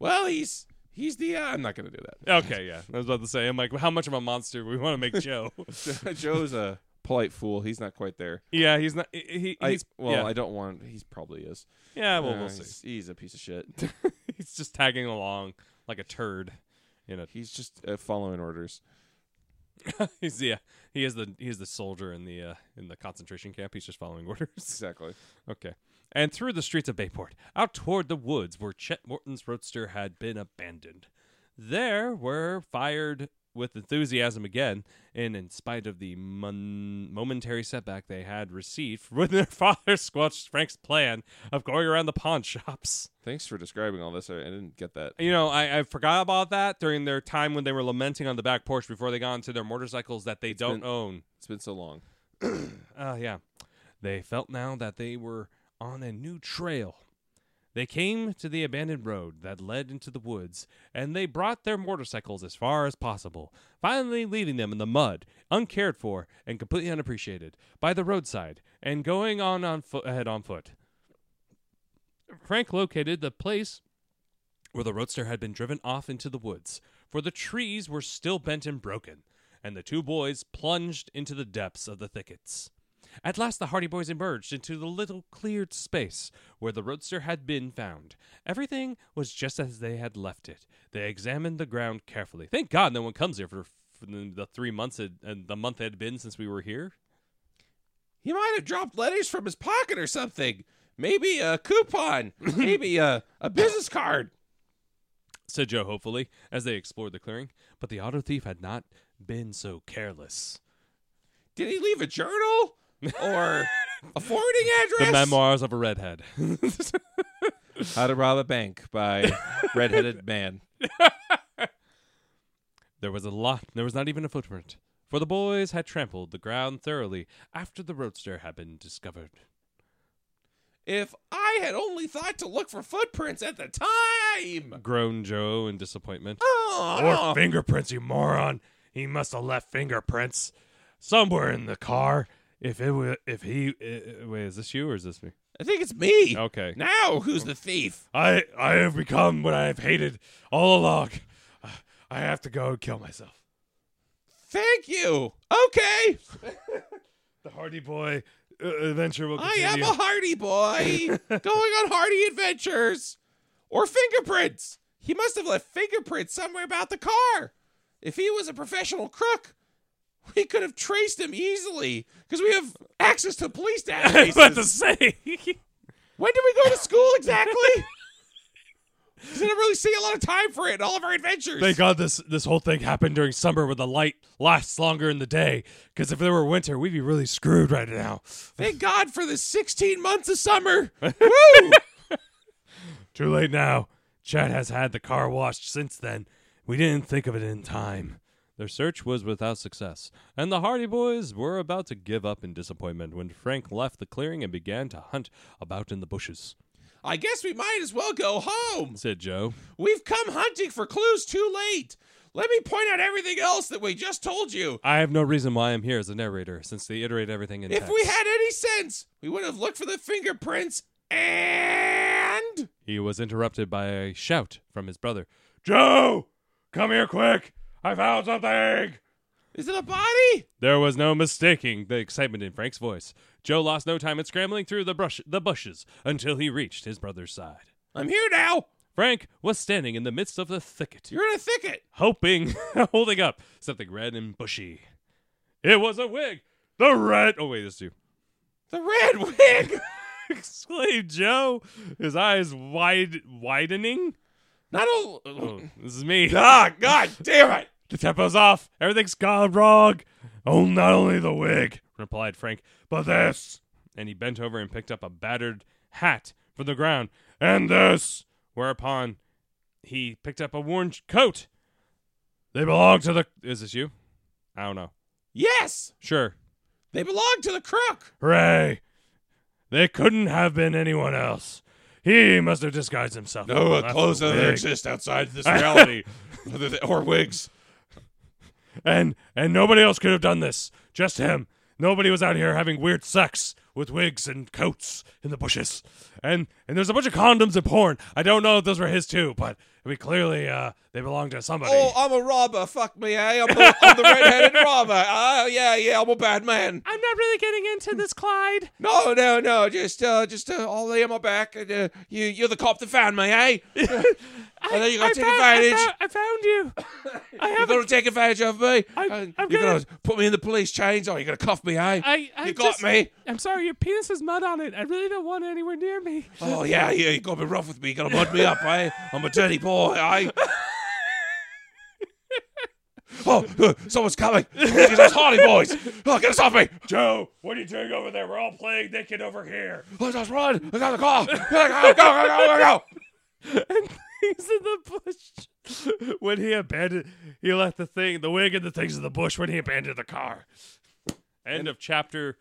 B: well, he's he's the. Uh, I'm not gonna do
A: okay, yeah, I was about to say, I'm like, how much of a monster we want to make Joe?
B: that. Joe's a polite fool. He's not quite there.
A: yeah, he's not. He, he-
B: I,
A: he's
B: well,
A: yeah,
B: I don't want. He's probably is.
A: yeah. Well,
B: Uh,
A: we'll see.
B: He's, he's a piece of shit.
A: he's just tagging along like a turd. You know,
B: he's just uh, following orders.
A: he's yeah, he is the he is the soldier in the uh, in the concentration camp. He's just following orders.
B: Exactly.
A: okay. And through the streets of Bayport, out toward the woods where Chet Morton's roadster had been abandoned, there were fired with enthusiasm again. And in spite of the mon- momentary setback they had received when their father squelched Frank's plan of going around the pawn shops.
B: Thanks for describing all this. I, I didn't get that.
A: You know, I, I forgot about that during their time when they were lamenting on the back porch before they got into their motorcycles that they don't
B: been-
A: own.
B: It's been so long.
A: Uh, yeah. They felt now that they were on a new trail. They came to the abandoned road that led into the woods, and they brought their motorcycles as far as possible, finally leaving them in the mud, uncared for and completely unappreciated, by the roadside, and going on, on fo- ahead on foot. Frank located the place where the roadster had been driven off into the woods, for the trees were still bent and broken, and the two boys plunged into the depths of the thickets. At last, the Hardy Boys emerged into the little cleared space where the roadster had been found. Everything was just as they had left it. They examined the ground carefully. Thank God no one comes here for, for the the three months it, and the month it had been since we were here.
B: He might have dropped letters from his pocket or something. Maybe a coupon. Maybe a, a business card.
A: said Joe hopefully, as they explored the clearing. But the auto thief had not been so careless.
B: Did he leave a journal or a forwarding address?
A: The memoirs of a redhead.
B: How to Rob a Bank by Redheaded Man.
A: There was a lot, there was not even a footprint, for the boys had trampled the ground thoroughly after the roadster had been discovered.
B: If I had only thought to look for footprints at the time.
A: Groaned Joe in disappointment.
D: Or
B: Oh,
D: fingerprints, you moron. He must have left fingerprints somewhere in the car. If it were, if he,
A: Uh, wait, is this you or is this me?
B: I think it's me.
A: Okay.
B: Now, who's the thief?
D: I, I have become what I have hated all along. I have to go and kill myself.
B: Thank you. Okay.
D: The Hardy Boy uh, adventure will
B: I
D: continue.
B: am a hardy boy going on hardy adventures. Or fingerprints. He must have left fingerprints somewhere about the car. If he was a professional crook, we could have traced him easily because we have access to police
D: I was about
B: databases.
D: to say.
B: when did we go to school exactly? didn't really see a lot of time for it in all of our adventures.
A: Thank God this this whole thing happened during summer where the light lasts longer in the day. Because if there were winter, we'd be really screwed right now.
B: Thank God for the 16 months of summer.
A: Too late now. Chad has had the car washed since then. We didn't think of it in time. Their search was without success, and the Hardy Boys were about to give up in disappointment when Frank left the clearing and began to hunt about in the bushes,
B: I guess we might as well go home.
A: said Joe.
B: We've come hunting for clues too late. Let me point out everything else that we just told you.
A: I have no reason why I'm here as a narrator, since they iterate everything in
B: If
A: text.
B: we had any sense, we would have looked for the fingerprints and.
A: He was interrupted by a shout from his brother.
D: Joe, come here quick. I found something.
B: Is it a body?
A: There was no mistaking the excitement in Frank's voice. Joe lost no time in scrambling through the brush the bushes until he reached his brother's side.
B: I'm here now.
A: Frank was standing in the midst of the thicket,
B: You're in a thicket.
A: hoping, holding up something red and bushy. It was a wig. The red. Oh wait, this too.
B: The red wig.
A: Exclaimed Joe, his eyes wide widening.
B: Not all.
A: Oh, this is me.
B: Ah, God damn it.
A: The tempo's off. Everything's gone wrong.
D: Oh, not only the wig,
A: Replied Frank,
D: but this
A: and he bent over and picked up a battered hat from the ground.
D: and this.
A: Whereupon he picked up a worn coat.
D: They belong to the.
A: Is this you? I don't know.
B: Yes,
A: Sure.
B: they belong to the crook.
D: Hooray! They couldn't have been anyone else. He must have disguised himself.
C: No,
D: That's
C: clothes
D: the
C: that
D: wig.
C: exist outside this reality, Other than- or wigs.
D: and and nobody else could have done this. Just him. Nobody was out here having weird sex with wigs and coats in the bushes. And and there's a bunch of condoms and porn. I don't know if those were his too, but I mean clearly uh, they belong to somebody.
B: Oh, I'm a robber. Fuck me, eh? I'm the, I'm the red-headed robber. Oh, yeah, yeah. I'm a bad man.
A: I'm not really getting into this, Clyde.
B: No, no, no. Just, uh, just uh, all lay on my back. And, uh, you, you're the cop that found me, eh? I know you're gonna take advantage.
A: I found you. I
B: you're
A: haven't.
B: gonna take advantage of me.
A: I'm-
B: And
A: I'm
B: you're
A: gonna-
B: gonna... put me in the police chains. Oh, you're gonna cuff me, eh?
A: I, I
B: you got
A: just-
B: me.
A: I'm sorry. Your penis has mud on it. I really don't want it anywhere near me.
B: Oh yeah, yeah. You're gonna be rough with me. You're gonna mud me up, eh? I'm a dirty boy, eh? oh, uh, someone's coming. Jesus, Hardy boys. Oh, get us off me.
D: Joe, Oh, what are you doing over there? We're all playing naked over here.
B: Let's Oh, just run. I got the car. Go, go, go, go, go, go.
A: And things in the bush.
D: When he abandoned, he left the thing, the wig, and the things in the bush when he abandoned the car.
A: End of chapter.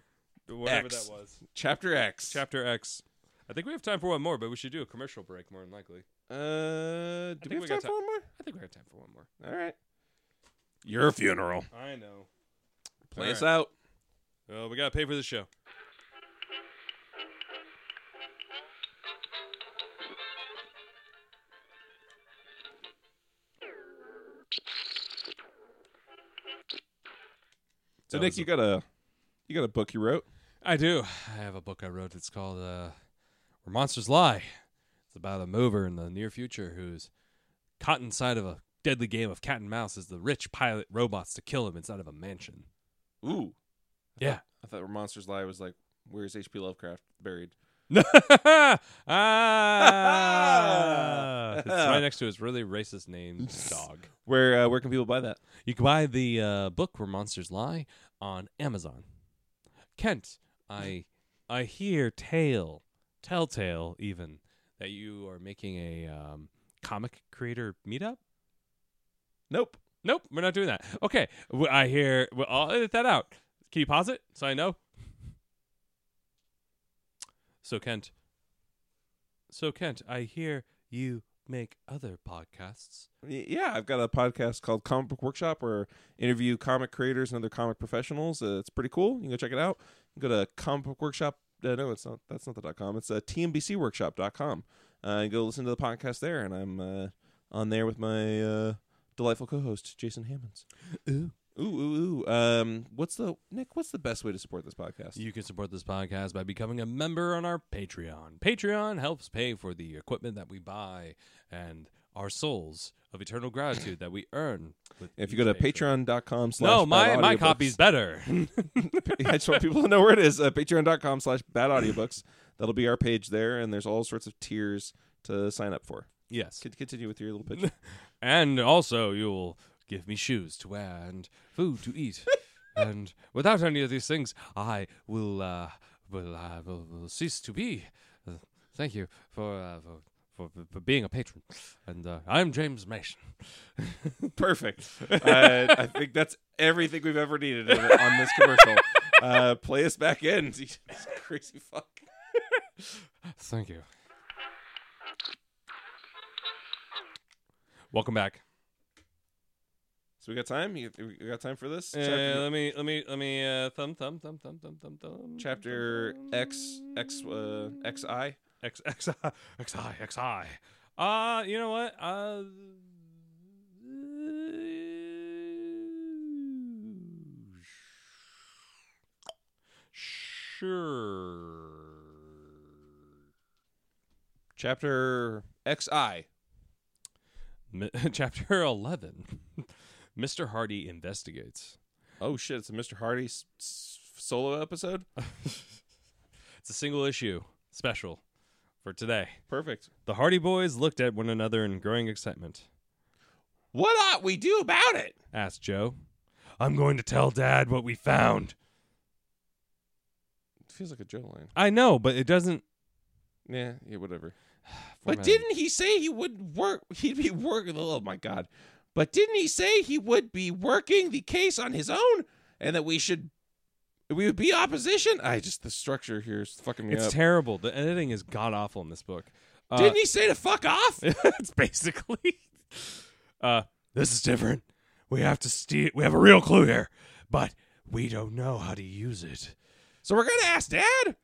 A: Whatever
B: X.
A: that was.
B: Chapter X.
A: Chapter X. I think we have time for one more, but we should do a commercial break more than likely.
B: Uh,
A: think
B: do we have
A: we
B: time
A: got
B: for
A: ti-
B: one more?
A: I think we have time for one more.
B: All right.
C: Your funeral.
A: I know.
B: Play
A: All
B: us
A: right.
B: out.
A: Well, we gotta pay for this show.
B: So
A: That
B: Nick,
A: was
B: you
A: a-
B: got a you got a book you wrote.
A: I do. I have a book I wrote. It's called uh, "Where Monsters Lie." It's about a mover in the near future who's caught inside of a deadly game of cat and mouse as the rich pilot robots to kill him inside of a mansion.
B: Ooh.
A: Yeah.
B: I thought Monsters Lie was like, where's H.P. Lovecraft buried?
A: ah, it's right next to his really racist name, dog.
B: Where uh, where can people buy that?
A: You can buy the uh, book "Where Monsters Lie" on Amazon. Kent, I I hear tale, telltale even that you are making a um, comic creator meetup.
B: Nope.
A: Nope, we're not doing that. Okay, w- I hear. Well, I'll edit that out. Can you pause it so I know? So Kent, so Kent, I hear you make other podcasts.
B: Y- Yeah, I've got a podcast called Comic Book Workshop where I interview comic creators and other comic professionals. Uh, it's pretty cool. You can go check it out. You can go to Comic Book Workshop. Uh, no, it's not. That's not the dot .com. It's uh, tmbcworkshop.com. Uh, and go listen to the podcast there. And I'm uh, on there with my uh, delightful co-host Jason Hammonds.
A: Ooh.
B: Ooh, ooh, ooh. Um, what's the Nick? What's the best way to support this podcast?
A: You can support this podcast by becoming a member on our Patreon. Patreon helps pay for the equipment that we buy and our souls of eternal gratitude that we earn. With
B: if you
A: each
B: go to
A: patron.
B: patreon.com slash
A: No, my
B: bad
A: my
B: audiobooks-
A: copy's better.
B: I just want people to know where it is. Uh, patreon.com slash bad audiobooks. That'll be our page there, and there's all sorts of tiers to sign up for.
A: Yes.
B: Could continue with your little pitch.
A: And also, you'll give me shoes to wear and food to eat. and without any of these things, I will, uh, will, uh, will, will cease to be. Uh, thank you for, uh, for, for, for being a patron. And uh, I'm James Mason.
B: Perfect. Uh, I think that's everything we've ever needed in- on this commercial. Uh, play us back in. Jesus, crazy fuck.
A: Thank you. Welcome back.
B: So we got time? You, we got time for this?
A: Uh,
B: Chapter-
A: let me let me let me uh, thumb thumb thumb thumb thumb thumb thumb.
B: chapter X X uh, XI.
A: X X X I X I. Uh, you know what? Uh, Hmm. sure.
B: Chapter XI.
A: Mi- chapter eleven. Mr. Hardy investigates.
B: Oh shit! It's a Mr. Hardy s- s- solo episode.
A: It's a single issue special for today.
B: Perfect.
A: The Hardy Boys looked at one another in growing excitement.
B: What ought we do about it?
A: Asked Joe.
D: I'm going to tell Dad what we found.
B: Feels like a Joe line.
A: I know, but it doesn't.
B: Yeah, yeah, whatever.
A: Formatting.
B: But didn't he say he would work? He'd be working. Oh my god! But didn't he say he would be working the case on his own, and that we should, we would be opposition? I just the structure here is fucking me
A: It's
B: up.
A: terrible. The editing is god awful in this book. Uh,
B: didn't he say to fuck off?
A: it's basically. Uh,
D: This is different. We have to steal. We have a real clue here, but we don't know how to use it.
B: so we're gonna ask Dad.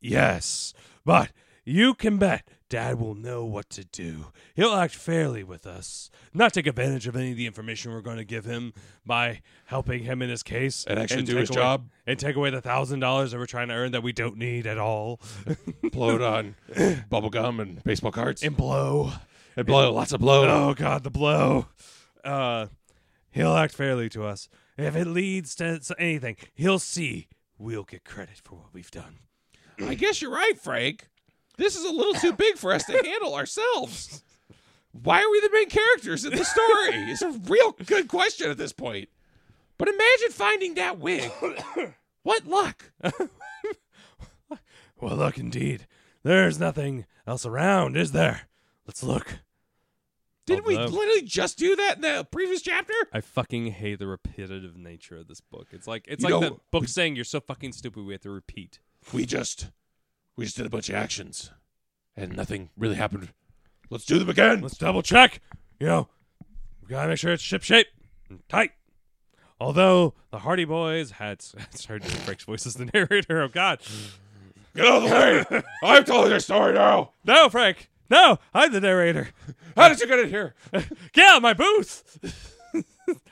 D: Yes, but you can bet Dad will know what to do. He'll act fairly with us, not take advantage of any of the information we're going to give him by helping him in his case
C: And actually do
D: take
C: his
D: away-
C: job.
D: and take away the thousand dollars that we're trying to earn that we don't need at all.
C: Blowed on bubblegum and baseball cards.
D: and blow.
C: And blow, lots of blow.
D: Oh God, the blow. Uh, he'll act fairly to us. If it leads to s- anything, he'll see. We'll get credit for what we've done.
B: I guess you're right, Frank. This is a little too big for us to handle ourselves. Why are we the main characters in the story? It's a real good question at this point. But imagine finding that wig. what luck?
D: Well, look, indeed, there's nothing else around, is there? Let's look.
B: Didn't we
A: Although-
B: literally just do that in the previous chapter?
A: I fucking hate the repetitive nature of this book. It's like it's
C: You
A: like
C: know-
A: the book saying you're so fucking stupid we have to repeat.
C: We just, we just did a bunch of actions, and nothing really happened. Let's do them again.
D: Let's double check. You know, we gotta make sure it's ship shape and tight.
A: Although the Hardy Boys had started to Frank's voice as the narrator. Oh God,
C: Get out of the way. I'm telling your story now.
A: no, Frank, no, I'm the narrator.
C: How did you get in here?
A: Get out of my booth.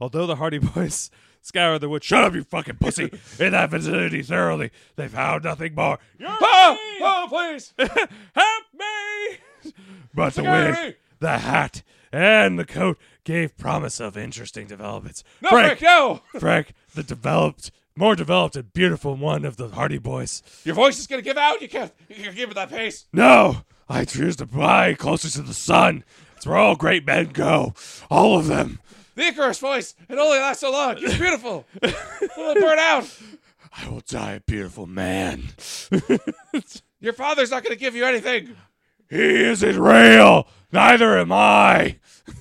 A: Although the Hardy Boys scour the woods,
D: Shut up, you fucking pussy! In that vicinity thoroughly, they found nothing more. Ah!
C: Oh, oh, please.
A: help me.
D: But the wig, the hat, and the coat gave promise of interesting developments.
C: No, Frank, no.
D: Frank, the developed, more developed and beautiful one of the Hardy Boys.
C: Your voice is gonna give out. You can't. You can't give it that pace.
D: No, I choose to fly closest to the sun. It's where all great men go. All of them.
C: The Icarus voice. It only lasts so long. It's beautiful. It'll burn out.
D: I will die a beautiful man.
C: Your father's not gonna give you anything.
D: He isn't real. Neither am I.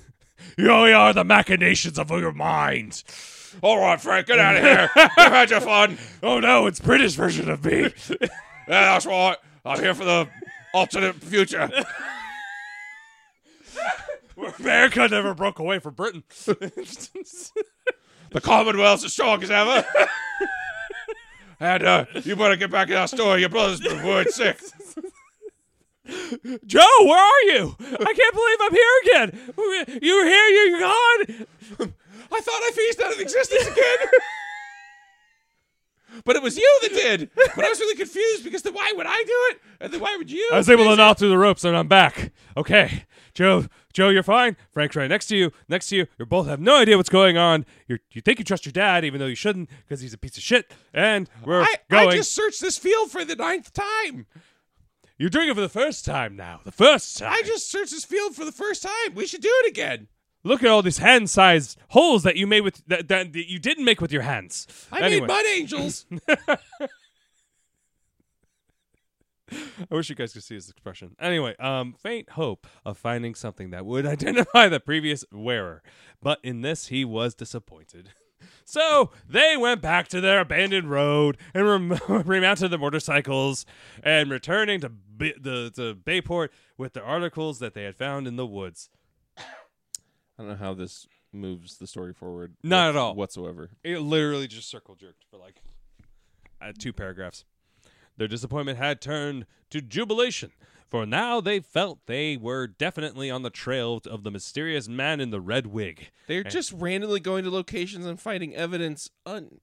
D: You only are the machinations of your mind.
C: All right, Frank, get out of here. You've had your fun.
D: Oh no, it's British version of me.
C: Yeah, that's right. I'm here for the alternate future.
D: America never broke away from Britain.
C: The Commonwealth's as strong as ever. and uh, you better get back in our store. Your brother's been word sick.
A: Joe, where are you? I can't believe I'm here again. You were here, you're gone.
B: I thought I phased out of existence again. but it was you that did. But I was really confused because then why would I do it? And then why would you?
A: I was able to knock through the ropes and I'm back. Okay. Joe, Joe, you're fine. Frank's right next to you. Next to you. You both have no idea what's going on. you you think you trust your dad, even though you shouldn't, because Eh, he's a piece of shit. And we're
B: I, I
A: going.
B: just searched this field for the ninth time.
A: You're doing it for the first time now. The first time.
B: I just searched this field for the first time. We should do it again.
A: Look at all these hand-sized holes that you made with that, that, that you didn't make with your hands.
B: I
A: anyway,
B: made mud angels.
A: I wish you guys could see his expression. Anyway, um, faint hope of finding something that would identify the previous wearer, but in this he was disappointed. So they went back to their abandoned road and rem- remounted their motorcycles, and returning to B- the to Bayport with the articles that they had found in the woods.
B: I don't know how this moves the story forward.
A: Not
B: what-
A: at all.
B: Whatsoever.
A: It literally just circle jerked for like uh, two paragraphs. Their disappointment had turned to jubilation, for now they felt they were definitely on the trail of the mysterious man in the red wig.
B: They're just randomly going to locations and finding evidence. Un-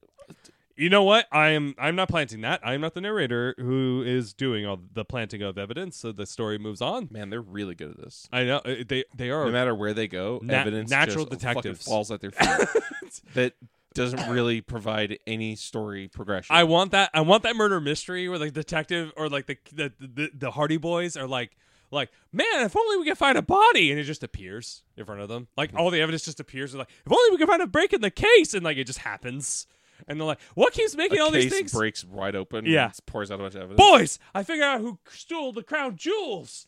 A: You know what? I am I'm not planting that. I'm not the narrator who is doing all the planting of evidence, so the story moves on.
B: Man, they're really good at this.
A: I know uh, they they
B: No
A: are
B: matter where they go,
A: Na-
B: evidence
A: natural
B: just fucking
A: detectives.
B: falls at their feet. that doesn't really provide any story progression.
A: I want that. I want that murder mystery where like detective or like the the the, the Hardy Boys are like like man, if only we could find a body, and it just appears in front of them. Like all the evidence just appears. They're like, if only we could find a break in the case, and like it just happens. And they're like, what keeps making
B: a
A: all
B: case
A: these things?
B: breaks wide open.
A: Yeah.
B: and it pours out a bunch of evidence.
A: Boys, I figured out who stole the crown jewels.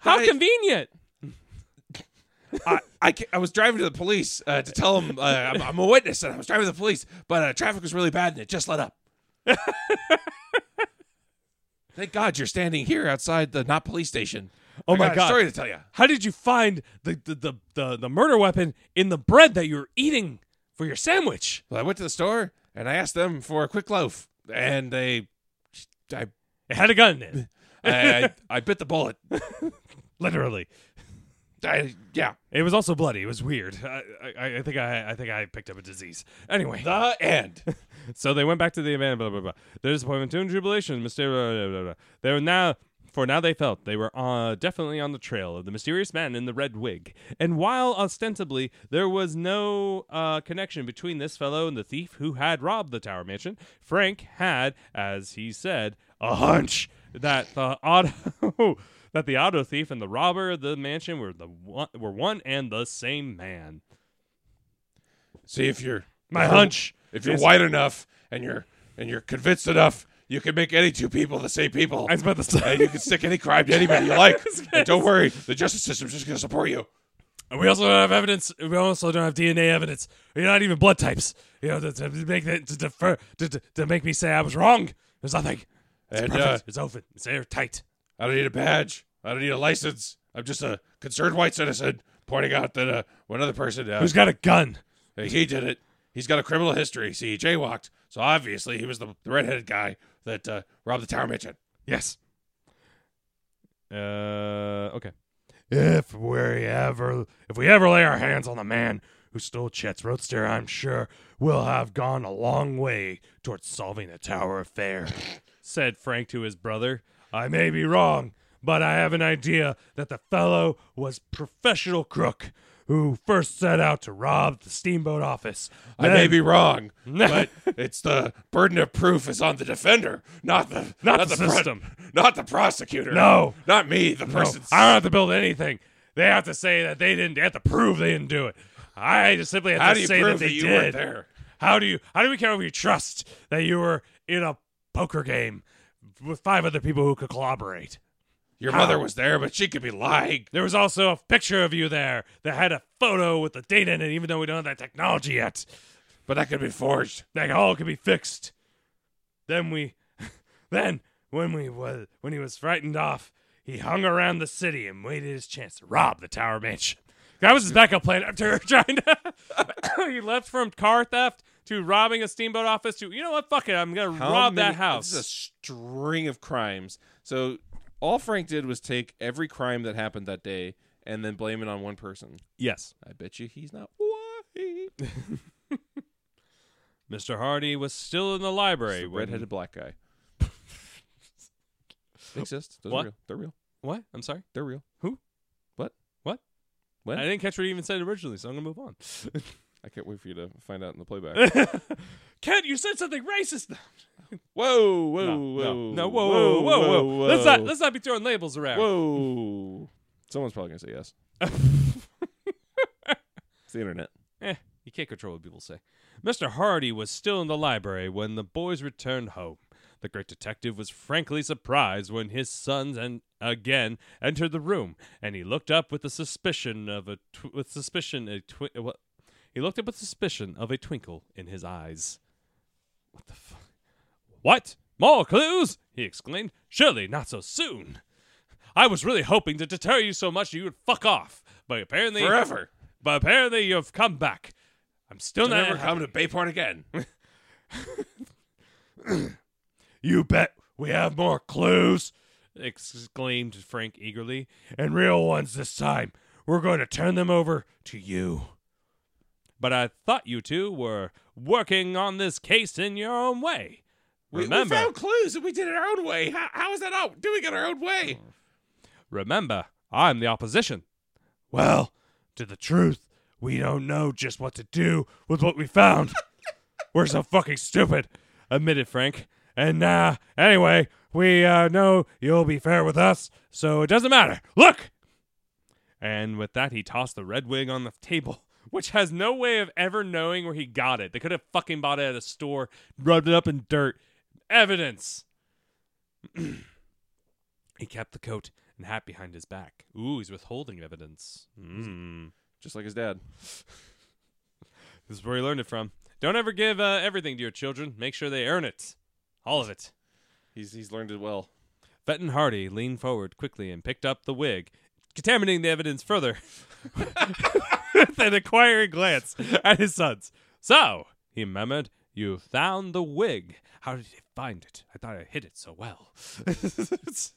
A: How
B: Guys-
A: convenient!
B: I, I, ca- I was driving to the police uh, to tell them uh, I'm, I'm a witness, and I was driving to the police, but uh, traffic was really bad, and it just let up. Thank God you're standing here outside the not police station.
A: Oh
B: I
A: my
B: got a
A: God.
B: story to tell you.
A: How did you find the the, the the the murder weapon in the bread that you were eating for your sandwich?
B: Well, I went to the store and I asked them for a quick loaf, and they, I,
A: It had a gun in it,
B: I, I, I bit the bullet.
A: literally.
B: I, yeah.
A: It was also bloody. It was weird. I, I, I think I, I think I picked up a disease. Anyway,
B: The end.
A: so they went back to the event. Blah blah blah. Their disappointment, tune, jubilation, mysterious. Blah, blah, blah, blah. They were now, for now, they felt they were uh, definitely on the trail of the mysterious man in the red wig. And while ostensibly there was no uh, connection between this fellow and the thief who had robbed the Tower Mansion, Frank had, as he said, a hunch that the auto that the auto thief and the robber of the mansion were the one, were one and the same man.
B: See if you're
A: My hunch.
B: if you're wide enough and you're and you're convinced enough, you can make any two people the same people.
A: I was about to say.
B: and you can stick any crime to anybody you like. And don't worry, the justice system's just going to support you.
A: And we also don't have evidence. We also don't have DNA evidence. You're not even blood types. You know, to, to make that to defer to, to, to make me say I was wrong. There's nothing. It's
B: And,
A: perfect.
B: uh,
A: it's open. It's airtight.
B: I don't need a badge. I don't need a license. I'm just a concerned white citizen pointing out that uh, one other person uh,
A: Who's got a gun?
B: he did it. He's got a criminal history. See, he jaywalked, so obviously he was the, the redheaded guy that uh, robbed the Tower Mansion.
A: Yes. Uh. Okay.
D: If we ever, if we ever lay our hands on the man who stole Chet's roadster, I'm sure we'll have gone a long way towards solving the Tower affair.
A: Said Frank to his brother.
D: I may be wrong, but I have an idea that the fellow was professional crook who first set out to rob the steamboat office.
B: I may be wrong, but it's the burden of proof is on the defender, not the
A: Not the
B: pro-
A: system.
B: not the prosecutor.
D: No.
B: not me. The
D: No,
B: person.
D: I don't have to build anything. They have to say that they didn't. They have to prove they didn't do it. I just simply have
B: How
D: to
B: do you
D: say
B: prove
D: that they
B: you
D: did.
B: weren't there?
D: How do you? How do we care if you trust that you were in a poker game with five other people who could collaborate?
B: Your mother was there, but she could be lying.
D: There was also a picture of you there that had a photo with the data in it, even though we don't have that technology yet.
B: But that could be forged.
D: That all could be fixed. Then we, then when we was when he was frightened off, he hung around the city and waited his chance to rob the Tower Mansion.
A: That was his backup plan after trying to. he left from car theft to robbing a steamboat office to you know what? Fuck it. I'm gonna rob that house.
B: This is a string of crimes. So all Frank did was take every crime that happened that day and then blame it on one person.
A: yes.
B: I bet you he's not white. It's
A: Mr. Hardy was still in the library.
B: the
A: when-
B: redheaded black guy. they exist. Those
A: What?
B: Are real. They're real.
A: What? I'm sorry.
B: They're real.
A: Who?
B: What?
A: What?
B: What?
A: I didn't catch what he even said originally, so I'm gonna move on.
B: I can't wait for you to find out in the playback.
A: Kent, you said something racist.
B: Whoa, whoa, whoa.
A: no, no, whoa, whoa, whoa, whoa, Let's not let's not be throwing labels around.
B: Whoa. Someone's probably going to say yes. it's the internet.
A: Eh, you can't control what people say. Mr. Hardy was still in the library when the boys returned home. The great detective was frankly surprised when his sons and again entered the room, and he looked up with the suspicion of a tw- with suspicion a twi- uh, what he looked up with suspicion of a twinkle in his eyes. What the fuck? What? More clues? he exclaimed. Surely not so soon. I was really hoping to deter you so much you would fuck off, but apparently
B: Forever.
A: but apparently you've come back. I'm still
B: You'll
A: not
B: never
A: happy.
B: come to Bayport again.
D: You bet we have more clues
A: exclaimed Frank eagerly.
D: and real ones this time. We're going to turn them over to you.
A: But I thought you two were working on this case in your own way.
B: We-
A: Remember,
B: We found clues and we did it our own way. How, how is that out? Doing it our own way.
A: remember, I'm the opposition.
D: Well, to the truth, we don't know just what to do with what we found. We're so fucking stupid.
A: Admitted Frank.
D: And uh, anyway, we uh, know you'll be fair with us, so it doesn't matter. Look,
A: And with that, he tossed the red wig on the table, which has no way of ever knowing where he got it. They could have fucking bought it at a store, rubbed it up in dirt. Evidence. he kept the coat and hat behind his back. Ooh, he's withholding evidence. Mm.
B: Just like his dad.
A: This is where he learned it from. Don't ever give uh, everything to your children. Make sure they earn it. All of it.
B: He's he's learned it well.
A: Fenton Hardy leaned forward quickly and picked up the wig, contaminating the evidence further with an inquiring glance at his sons. So, he murmured, you found the wig. How did you find it? I thought I hid it so well.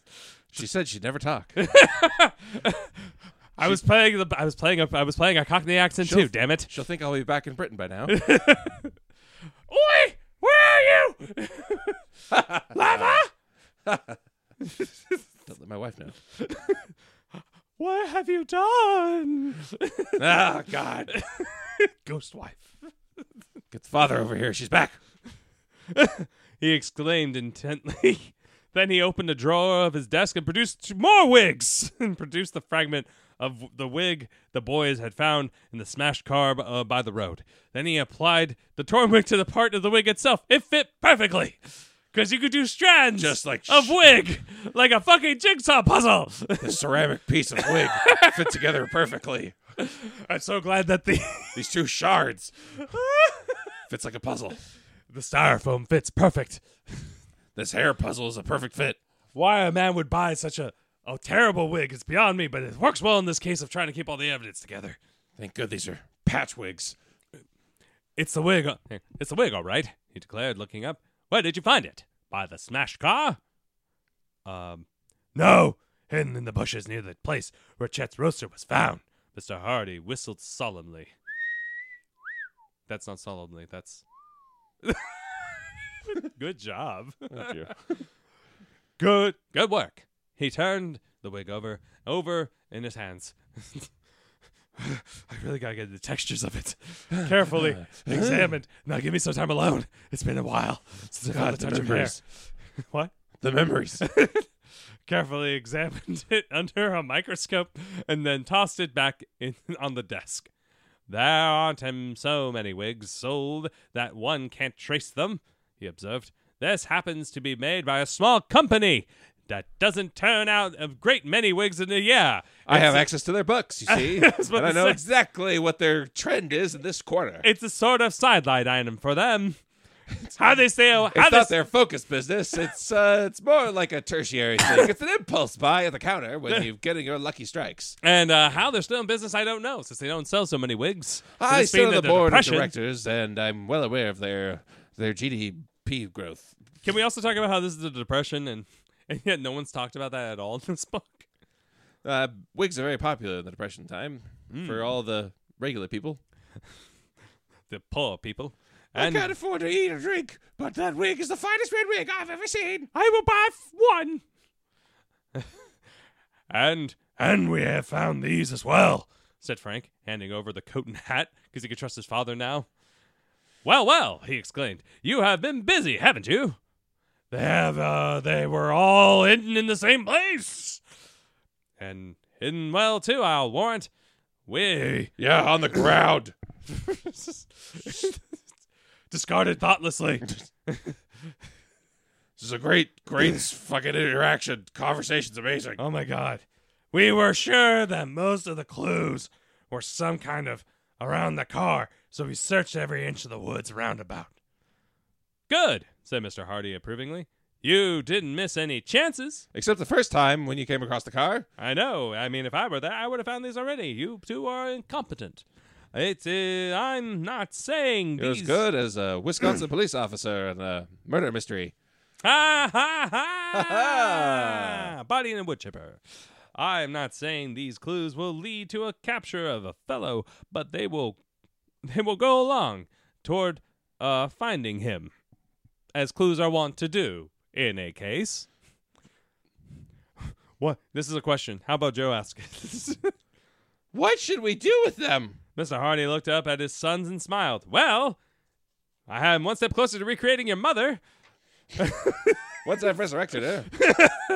B: She said she'd never talk.
A: I was playing the I was playing a I was playing a Cockney accent too, damn it.
B: She'll think I'll be back in Britain by now.
A: Oi! Where are you? Lava!
B: Don't let my wife know.
A: What have you done?
B: Ah, God.
A: Ghost wife.
B: Get the father over here. She's back.
A: He exclaimed intently. then he opened a drawer of his desk and produced two more wigs and produced the fragment of the wig the boys had found in the smashed car b- uh, by the road. Then he applied the torn wig to the part of the wig itself. It fit perfectly. Because you could do strands
B: Just like
A: of
B: sh-
A: wig, like a fucking jigsaw puzzle.
B: The ceramic piece of wig fit together perfectly.
A: I'm so glad that the
B: These two shards fits like a puzzle.
A: the styrofoam fits perfect.
B: This hair puzzle is a perfect fit.
A: Why a man would buy such a, a terrible wig is beyond me, but it works well in this case of trying to keep all the evidence together.
B: Thank good these are patch wigs.
A: It's the wig. uh, It's the wig, all right, he declared, looking up. Where did you find it? By the smashed car? Um,
D: no, hidden in the bushes near the place where Chet's roaster was found.
A: Mr. Hardy whistled solemnly. That's not solemnly, that's. Good job.
B: Thank you.
A: Good. Good work. He turned the wig over, over in his hands. I really gotta get the textures of it carefully examined. Now give me some time alone. It's been a while since I felt
B: God,
A: the
B: the
A: touch of hair.
B: memories.
A: What?
B: The memories.
A: Carefully examined it under a microscope and then tossed it back in, on the desk. There aren't him so many wigs sold that one can't trace them, he observed. This happens to be made by a small company that doesn't turn out a great many wigs in a year.
B: I have access to their books, you see.
A: was
B: and
A: about
B: I
A: to
B: know
A: say.
B: exactly what their trend is in this quarter.
A: It's a sort of sideline item for them. How they stay, how
B: it's
A: they
B: not their focus business. It's uh, it's more like a tertiary thing. It's an impulse buy at the counter when you're getting your lucky strikes.
A: and uh, how they're still in business, I don't know, since they don't sell so many wigs. Could
B: I
A: this be
B: sit on
A: that
B: the
A: the
B: board
A: depression-
B: of directors, and I'm well aware of their their GDP growth.
A: Can we also talk about how this is the depression and and yet no one's talked about that at all in this book?
B: Uh, wigs are very popular in the Depression time for all the regular people.
A: The poor people.
B: I can't afford to eat or drink, but that wig is the finest red wig I've ever seen.
A: I will buy f- one. and
D: And we have found these as well.
A: said Frank, handing over the coat and hat because he could trust his father now. Well, well, he exclaimed, you have been busy, haven't you? They have uh they were all hidden in the same place. And hidden well too, I'll warrant. We
C: Yeah, on the ground.
A: discarded thoughtlessly.
C: This is a great, great fucking interaction. Conversation's amazing.
A: Oh my god.
D: We were sure that most of the clues were some kind of around the car, so we searched every inch of the woods roundabout.
A: Good, said Mr. Hardy approvingly. You didn't miss any chances.
B: Except the first time when you came across the car.
A: I know. I mean, if I were there, I would have found these already. You two are incompetent. It's. Uh, I'm not saying
B: You're as
A: these-
B: good as a Wisconsin police officer in a murder mystery.
A: Ha ha
B: Ha,
A: ha! Body in a wood chipper. I am not saying these clues will lead to a capture of a fellow, but they will. They will go along toward uh, finding him, as clues are wont to do in a case. What? This is a question. How about Joe ask it?
B: What should we do with them?
A: Mr. Hardy looked up at his sons and smiled. Well, I am one step closer to recreating your mother.
B: Once I've resurrected her,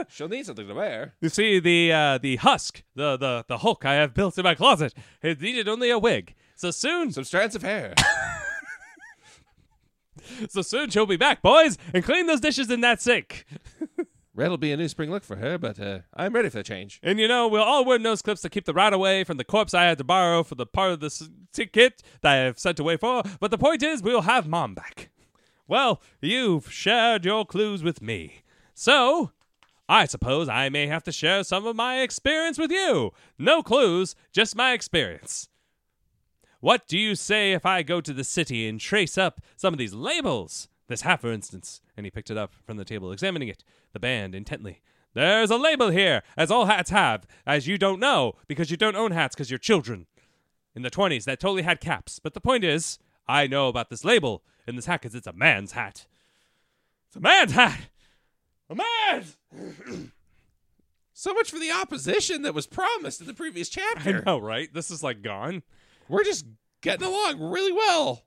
B: she'll need something to wear.
A: You see, the uh, the husk, the, the the Hulk I have built in my closet, it needed only a wig. So soon, so,
B: Some strands of hair.
A: soon she'll be back, boys, and clean those dishes in that sink.
B: Red'll be a new spring look for her, but uh, I'm ready for the change.
A: And you know, we'll all wear nose clips to keep the rot away from the corpse I had to borrow for the part of the s- ticket that I have sent away for. But the point is, we'll have mom back. Well, you've shared your clues with me, so I suppose I may have to share some of my experience with you. No clues, just my experience. What do you say if I go to the city and trace up some of these labels? This hat, for instance. And he picked it up from the table, examining it, the band intently. There's a label here, as all hats have, as you don't know, because you don't own hats because you're children in the 20s that totally had caps. But the point is, I know about this label in this hat because it's a man's hat. It's a man's hat! A man's!
B: So much for the opposition that was promised in the previous
A: I
B: chapter.
A: know, right? This is like gone.
B: We're just getting along really well.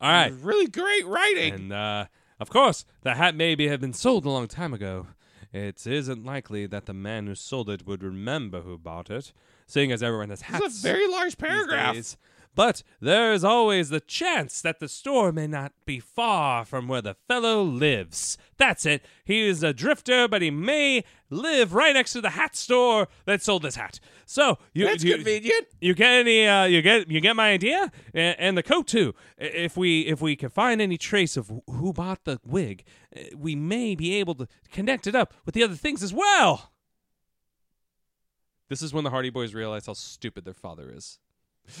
A: All right.
B: Really great writing.
A: And uh, of course, the hat maybe had been sold a long time ago. It isn't likely that the man who sold it would remember who bought it, seeing as everyone has hats.
B: It's a very large
A: these
B: paragraph.
A: days. But there is always the chance that the store may not be far from where the fellow lives. That's it. He is a drifter, but he may live right next to the hat store that sold this hat. So you,
B: That's
A: you,
B: convenient.
A: you get any? Uh, you get you get my idea, and, and the coat too. I- If we if we can find any trace of wh- who bought the wig, uh, we may be able to connect it up with the other things as well. This is when the Hardy Boys realize how stupid their father is.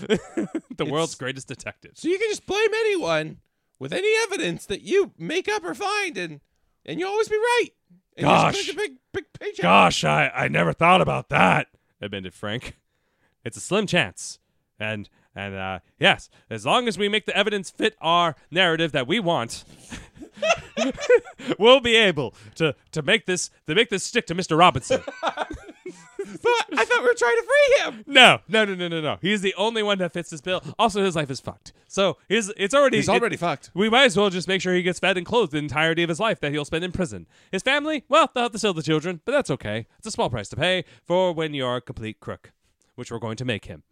A: the world's greatest detective.
B: So you can just blame anyone with any evidence that you make up or find, and and you always be right. And you just
D: Gosh.
B: click a big, big paycheck.
D: Gosh, I, I never thought about that.
A: admitted Frank. It's a slim chance. And and uh yes, as long as we make the evidence fit our narrative that we want, we'll be able to to make this to make this stick to Mr. Robinson.
B: But I thought we were trying to free him.
A: No, no, no, no, no, no. He's the only one that fits this bill. Also, his life is fucked. So his it's already
B: He's
A: it-
B: already fucked.
A: we might as well just make sure he gets fed and clothed the entirety of his life that he'll spend in prison. His family, well, they'll have to sell the children, but that's okay. It's a small price to pay for when you're a complete crook, which we're going to make him.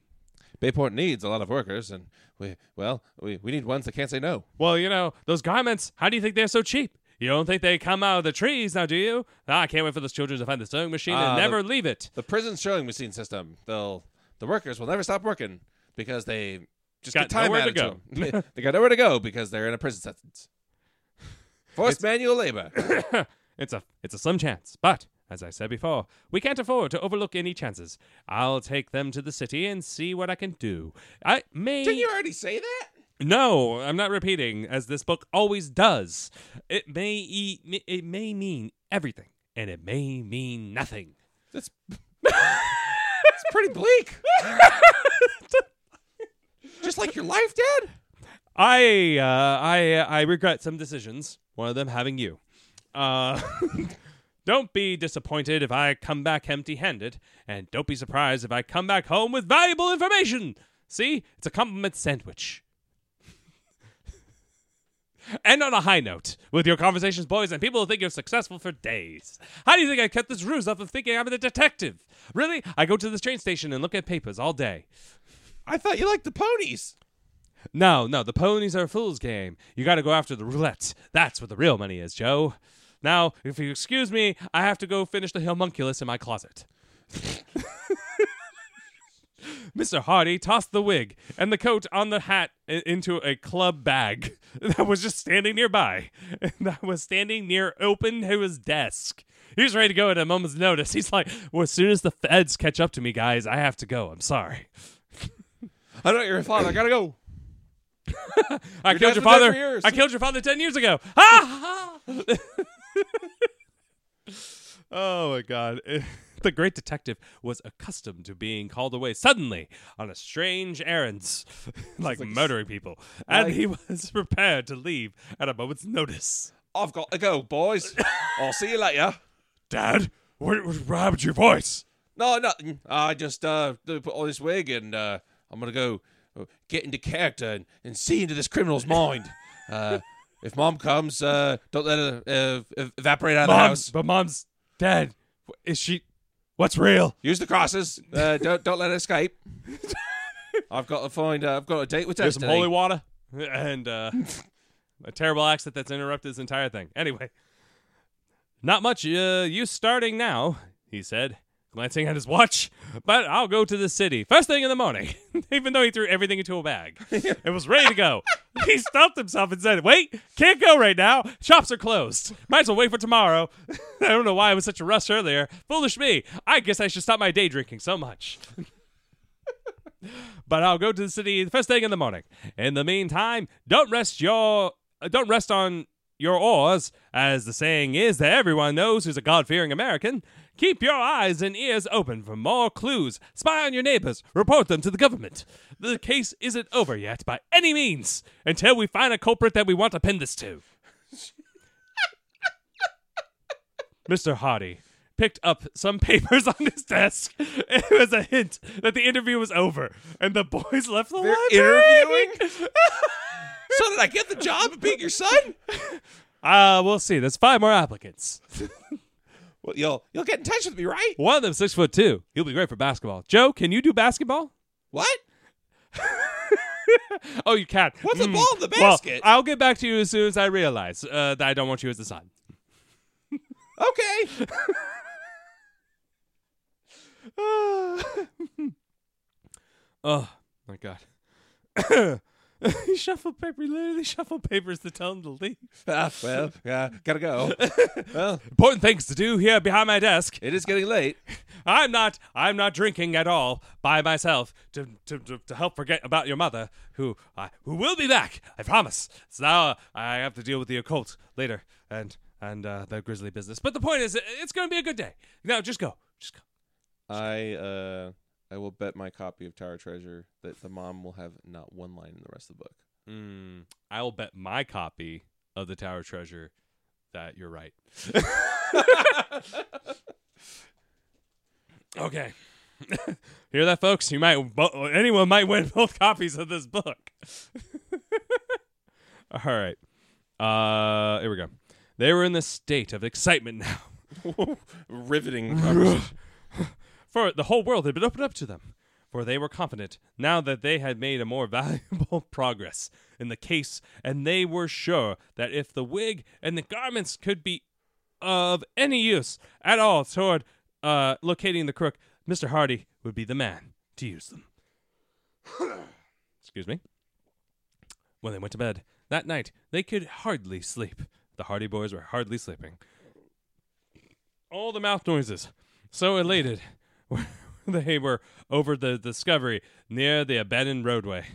B: Bayport needs a lot of workers, and we well, we, we need ones that can't say no.
A: Well, you know, those garments, how do you think they're so cheap? You don't think they come out of the trees now, do you? Ah, I can't wait for those children to find the sewing machine
B: Ah,
A: and
B: the-
A: never leave it.
B: The prison showing machine system. They'll the workers will never stop working because they just
A: Got
B: get time
A: nowhere to
B: added to, them. they, they got nowhere to go because they're in a prison sentence. Forced manual labor.
A: It's a it's a slim chance, but as I said before, we can't afford to overlook any chances. I'll take them to the city and see what I can do. I may
B: Didn't you already say that?
A: No, I'm not repeating, as this book always does. It may e- it may mean everything, and it may mean nothing.
B: That's it's pretty bleak. Just like your life, Dad.
A: I uh, I I regret some decisions. One of them having you. Uh, don't be disappointed if I come back empty-handed, and don't be surprised if I come back home with valuable information. See, it's a compliment sandwich. End on a high note with your conversations, boys, and people will think you're successful for days. How do you think I kept this ruse up of thinking I'm a detective? Really? I go to the train station and look at papers all day.
B: I thought you liked the ponies.
A: No, no, the ponies are a fool's game. You gotta go after the roulette. That's where the real money is, Joe. Now, if you excuse me, I have to go finish the homunculus in my closet. Mr. Hardy tossed the wig and the coat on the hat i- into a club bag that was just standing nearby, that was standing near open to his desk. He was ready to go at a moment's notice. He's like, well, as soon as the feds catch up to me, guys, I have to go. I'm sorry.
B: I know you're a father. I gotta go.
A: I
B: Your
A: killed
B: dad's
A: your
B: been dead for
A: father.
B: years.
A: I killed your father ten years ago. Ha! ha. oh my god. The great detective was accustomed to being called away suddenly on a strange errands, like, murdering people, and
B: like-
A: he was prepared to leave at a moment's notice.
B: I've got to go, boys. I'll see you later.
D: Dad, what was robbed your voice?
B: No, nothing. I just uh put on this wig and uh I'm gonna go uh, get into character and, and see into this criminal's mind. Uh, if mom comes, uh don't let her uh, ev- evaporate out of the
D: Mom's,
B: house.
D: but mom's dead.
A: Is she?
D: What's real?
B: Use the crosses. Uh, don't don't let her escape. I've got to find. Uh, I've got a date with
A: There's some
B: destiny.
A: holy water and uh, a terrible accent that's interrupted his entire thing. Anyway, not much uh, use starting now, he said, glancing at his watch. But I'll go to the city first thing in the morning, even though he threw everything into a bag and was ready to go. he stopped himself and said, Wait, can't go right now. Shops are closed. Might as well wait for tomorrow. I don't know why I was such a rush earlier. Foolish me. I guess I should stop my day drinking so much but I'll go to the city the first thing in the morning. In the meantime, don't rest your uh, don't rest on your oars, as the saying is that everyone knows who's a God-fearing American. Keep your eyes and ears open for more clues. Spy on your neighbors. Report them to the government. The case isn't over yet by any means until we find a culprit that we want to pin this to. Mr. Hardy picked up some papers on his desk. It was a hint that the interview was over, and the boys left the library.
B: Interviewing. so did I get the job of being your son?
A: Uh, we'll see. There's five more applicants.
B: Well, you'll you'll get in touch with me, right?
A: One of them six foot two. He'll be great for basketball. Joe, can you do basketball?
B: What?
A: Oh, you can.
B: What's the ball in the
A: Well,
B: basket?
A: I'll get back to you as soon as I realize uh, that I don't want you as a son.
B: okay.
A: Oh my god. he shuffled paper. He literally shuffled papers to tell him to leave.
B: Ah, well, yeah, gotta go. well,
A: Important things to do here behind my desk.
B: it is getting late.
A: I'm not. I'm not drinking at all by myself to to, to, to help forget about your mother, who I who will be back. I promise. So now I have to deal with the occult later and and uh, the grisly business. But the point is, it's going to be a good day. Now just go. Just go.
B: I uh I will bet my copy of Tower Treasure that the mom will have not one line in the rest of the book.
A: Mm, I will bet my copy of the Tower Treasure that you're right. okay. Hear that, folks? You might bo- anyone might win both copies of this book. All right. Uh, here we go. They were in this state of excitement now.
B: Riveting conversation.
A: for the whole world had been opened up to them, for they were confident now that they had made a more valuable progress in the case, and they were sure that if the wig and the garments could be of any use at all toward uh, locating the crook, Mr. Hardy would be the man to use them. Excuse me. When they went to bed that night, they could hardly sleep. The Hardy boys were hardly sleeping. All the mouth noises, so elated, they were over the discovery near the abandoned roadway.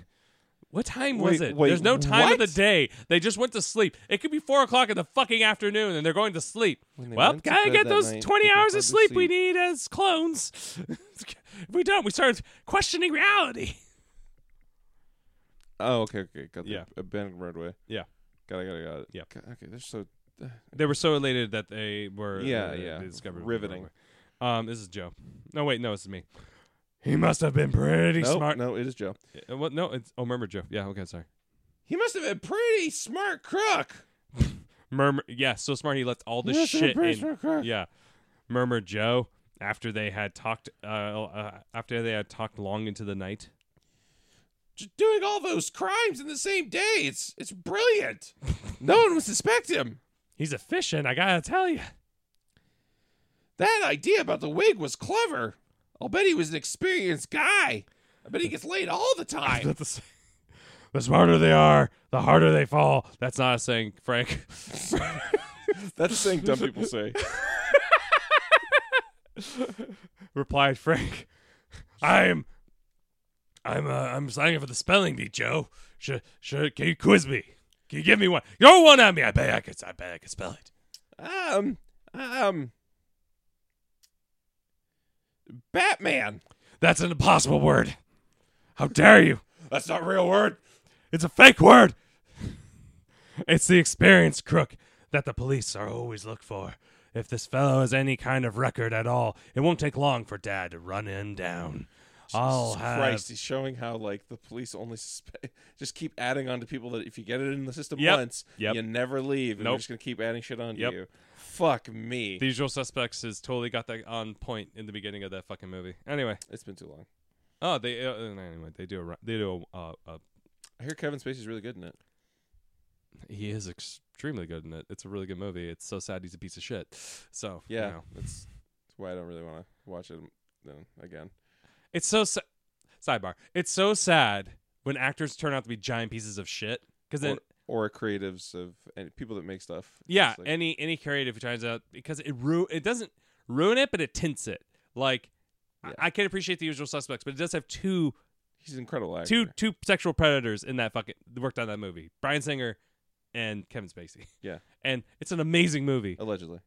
A: What time was
B: Wait,
A: it?
B: wait,
A: There's no time
B: what?
A: of the day. They just went to sleep. It could be four o'clock in the fucking afternoon, and they're going to sleep.
B: they
A: Well,
B: went to
A: gotta
B: bed
A: get
B: that
A: those
B: night,
A: twenty
B: they
A: hours of
B: went to
A: sleep we
B: sleep.
A: need as clones. if we don't, we start questioning reality.
B: Oh, okay, okay, got the
A: Yeah.
B: abandoned roadway.
A: Yeah.
B: Got it, got it, got it.
A: Yeah.
B: G- Okay, they're so
A: They were so elated that they were
B: Yeah,
A: uh,
B: yeah.
A: they discovered
B: Riveting.
A: Um, this is Joe. No, wait, no, this is me.
D: He must have been pretty
B: no,
D: smart.
B: no, it is Joe.
A: Uh, what? No, it's oh, remember Joe. Yeah, okay, sorry.
B: He must have been a pretty smart crook.
A: Murmur. Yeah, so smart he left all this shit in. Yeah, Murmur Joe. After they had talked, uh, uh, after they had talked long into the night.
B: Just doing all those crimes in the same day. It's it's brilliant. no one would suspect him.
A: He's efficient. I gotta tell you.
B: That idea about the wig was clever. I'll bet he was an experienced guy. I bet he gets laid all the time.
A: That's,
D: The smarter they are, the harder they fall.
A: not a saying, Frank.
B: That's the thing dumb people say.
A: Replied Frank.
D: I'm, I'm, uh, I'm signing up for the spelling bee, Joe. Should, should, can you quiz me? Can you give me one? Throw one at me. I bet I could. I bet I could spell it.
B: Um, um, Batman.
D: That's an impossible word. How dare you?
B: That's not a real word.
D: It's a fake word. It's the experienced crook that the police are always look for. If this fellow has any kind of record at all, it won't take long for Dad to run him down. I'll
B: Jesus
D: have
B: Christ, he's showing how like the police only suspe- just keep adding on to people that if you get it in the system
A: Yep.
B: once,
A: Yep.
B: you never leave. And
A: Nope.
B: we're just gonna keep adding shit on to
A: Yep.
B: you. Fuck me.
A: The usual suspects has totally got that on point in the beginning of that fucking movie. Anyway,
B: it's been too long.
A: oh they uh, anyway they do a ru- they do a, uh, a
B: I hear Kevin Spacey's really good in it.
A: he is extremely good in it. It's a really good movie. It's so sad he's a piece of shit. So you
B: Yeah,
A: know.
B: that's, that's why I don't really want to watch it then again.
A: it's so sa- sidebar. It's so sad when actors turn out to be giant pieces of shit because then
B: Or creatives of and people that make stuff. It's
A: Yeah,
B: just like-
A: any any creative who tries out because it ru- it doesn't ruin it, but it tints it. Like
B: Yeah.
A: I, I can appreciate the usual suspects, but it does have two
B: he's an incredible actor.
A: two two sexual predators in that fucking that worked on that movie. Brian Singer and Kevin Spacey.
B: Yeah. Oh.
A: and it's an amazing movie,
B: allegedly.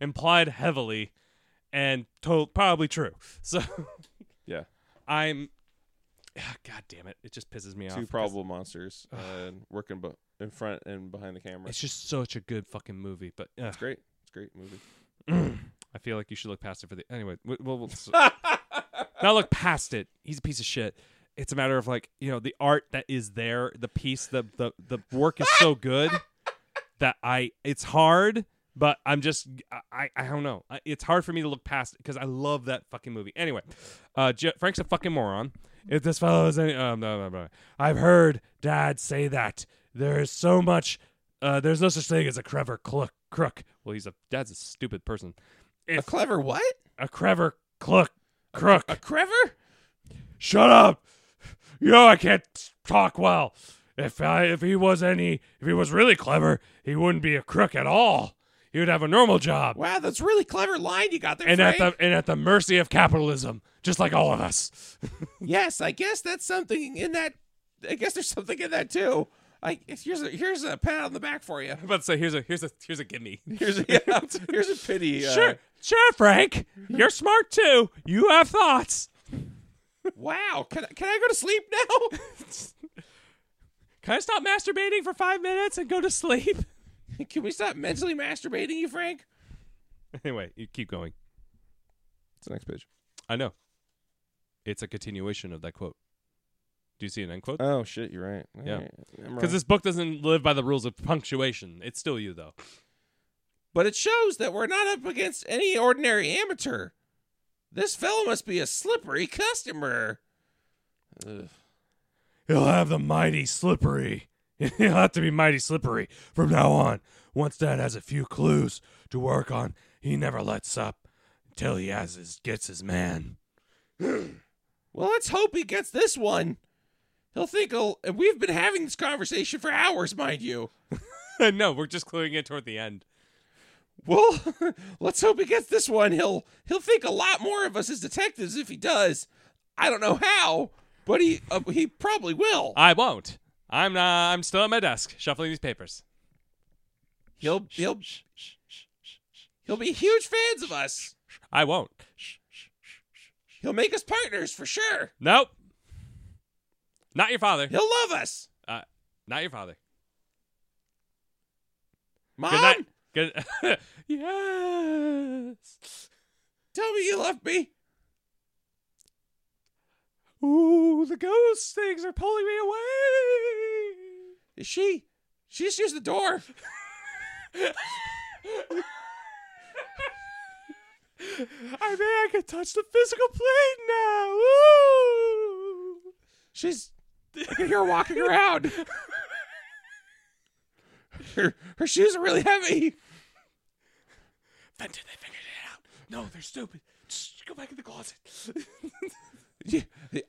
A: implied heavily, and told probably true. So
B: Yeah.
A: I'm. ah, God damn it! It just pisses me off.
B: two
A: 'cause
B: probable monsters and working bu- in front and behind the camera.
A: It's just such a good fucking movie, but ugh.
B: It's great. It's a great movie.
A: I feel like you should look past it for the anyway. we we'll, we'll not look past it. He's a piece of shit. It's a matter of like you know the art that is there, the piece, the the the work is so good that I it's hard, but I'm just I I, I don't know. I- It's hard for me to look past it because I love that fucking movie. Anyway, uh, Je- Frank's a fucking moron.
D: If this fellow is any, um, no, no, no. I've heard Dad say that there is so much. Uh, there's no such thing as a clever cluck, crook.
A: Well, he's a dad's a stupid person.
B: A clever what?
D: A clever cluck, crook.
B: A clever?
D: Shut up! You know I can't talk well. If I, if he was any, if he was really clever, he wouldn't be a crook at all. He would have a normal job,
B: Wow, that's really clever line you got there,
D: and at
B: Frank.
D: the and at the mercy of capitalism, just like all of us.
B: yes, I guess that's something in that. I guess there's something in that too. I here's a here's a pat on the back for you.
A: I'm about to say here's a here's a here's a gimme.
B: Here's a yeah, here's a pity. Uh,
D: Sure, sure, Frank. You're smart too. You have thoughts.
B: Wow. Can I- can I go to sleep now?
A: Can I stop masturbating for five minutes and go to sleep?
B: can we stop mentally masturbating you, Frank?
A: Anyway, you keep going.
B: It's the next page.
A: I know. It's a continuation of that quote. Do you see an end quote?
B: Oh shit, you're right. All
A: Yeah.
B: right. I'm
A: Because
B: wrong.
A: this book doesn't live by the rules of punctuation. It's still you, though.
B: But it shows that we're not up against any ordinary amateur. This fellow must be a slippery customer. Ugh.
D: He'll have the mighty slippery. He'll have to be mighty slippery from now on. Once Dad has a few clues to work on, he never lets up until he has his gets his man.
B: Well, let's hope he gets this one. He'll think he'll, and we've been having this conversation for hours, mind you.
A: no, we're just cluing it toward the end.
B: Well, let's hope he gets this one. He'll he'll think a lot more of us as detectives if he does. I don't know how, but he uh, he probably will.
A: I won't. I'm uh, I'm still at my desk shuffling these papers.
B: He'll he'll he'll be huge fans of us.
A: I won't.
B: He'll make us partners for sure.
A: Nope. Not your father.
B: He'll love us.
A: Uh, not your father.
B: Mom,
A: Good night. Good. yes.
B: tell me you love me.
A: Ooh, the ghost things are pulling me away.
B: Is she? She just used the door.
A: I mean, I can touch the physical plane now. Ooh.
B: She's. I can hear her walking around. her, her shoes are really heavy.
A: Fenton, they figured it out. No, they're stupid. Just go back in the closet.
B: Yeah,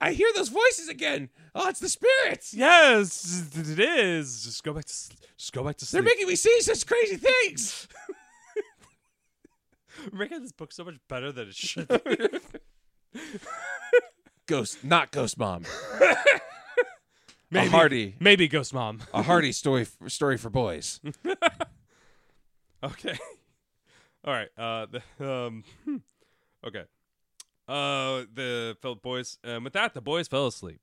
B: I hear those voices again. Oh, it's the spirits.
A: yes, it is. Just go back to. sl- Just go back to
B: They're
A: sleep.
B: making me see such crazy things.
A: We're making this book so much better than it should. be.
B: Ghost, not ghost mom.
A: Maybe,
B: Hardy.
A: Maybe Ghost Mom.
B: A Hardy story story for boys.
A: Okay. All right. Uh, the, um, hmm. okay. Uh, the felt boys. Um, with that, the boys fell asleep.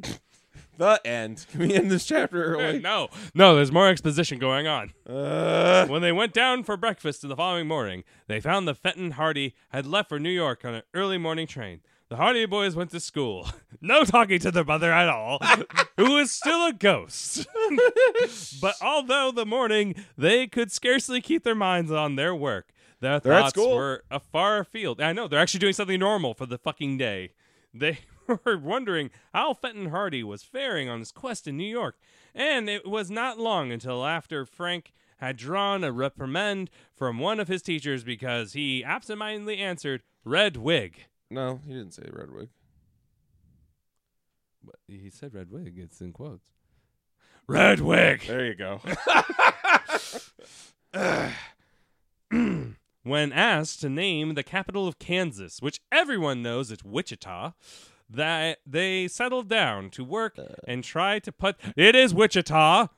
B: The end. Can we end this chapter
A: Eh,
B: early?
A: No, no. There's more exposition going on.
B: Uh,
A: When they went down for breakfast the following morning, they found that Fenton Hardy had left for New York on an early morning train. The Hardy boys went to school. No talking to their mother at all, who was still a ghost. but although the morning, they could scarcely keep their minds on their work. Their
B: at
A: thoughts
B: school.
A: were afar afield. I know, they're actually doing something normal for the fucking day. They were wondering how Fenton Hardy was faring on his quest in New York. And it was not long until after Frank had drawn a reprimand from one of his teachers because he absentmindedly answered, Red Wig.
B: no, he didn't say red wig.
A: But he said red wig. It's in quotes. Red wig.
B: There you go.
A: When asked to name the capital of Kansas, which everyone knows is Wichita, that they settled down to work and try to put it is Wichita.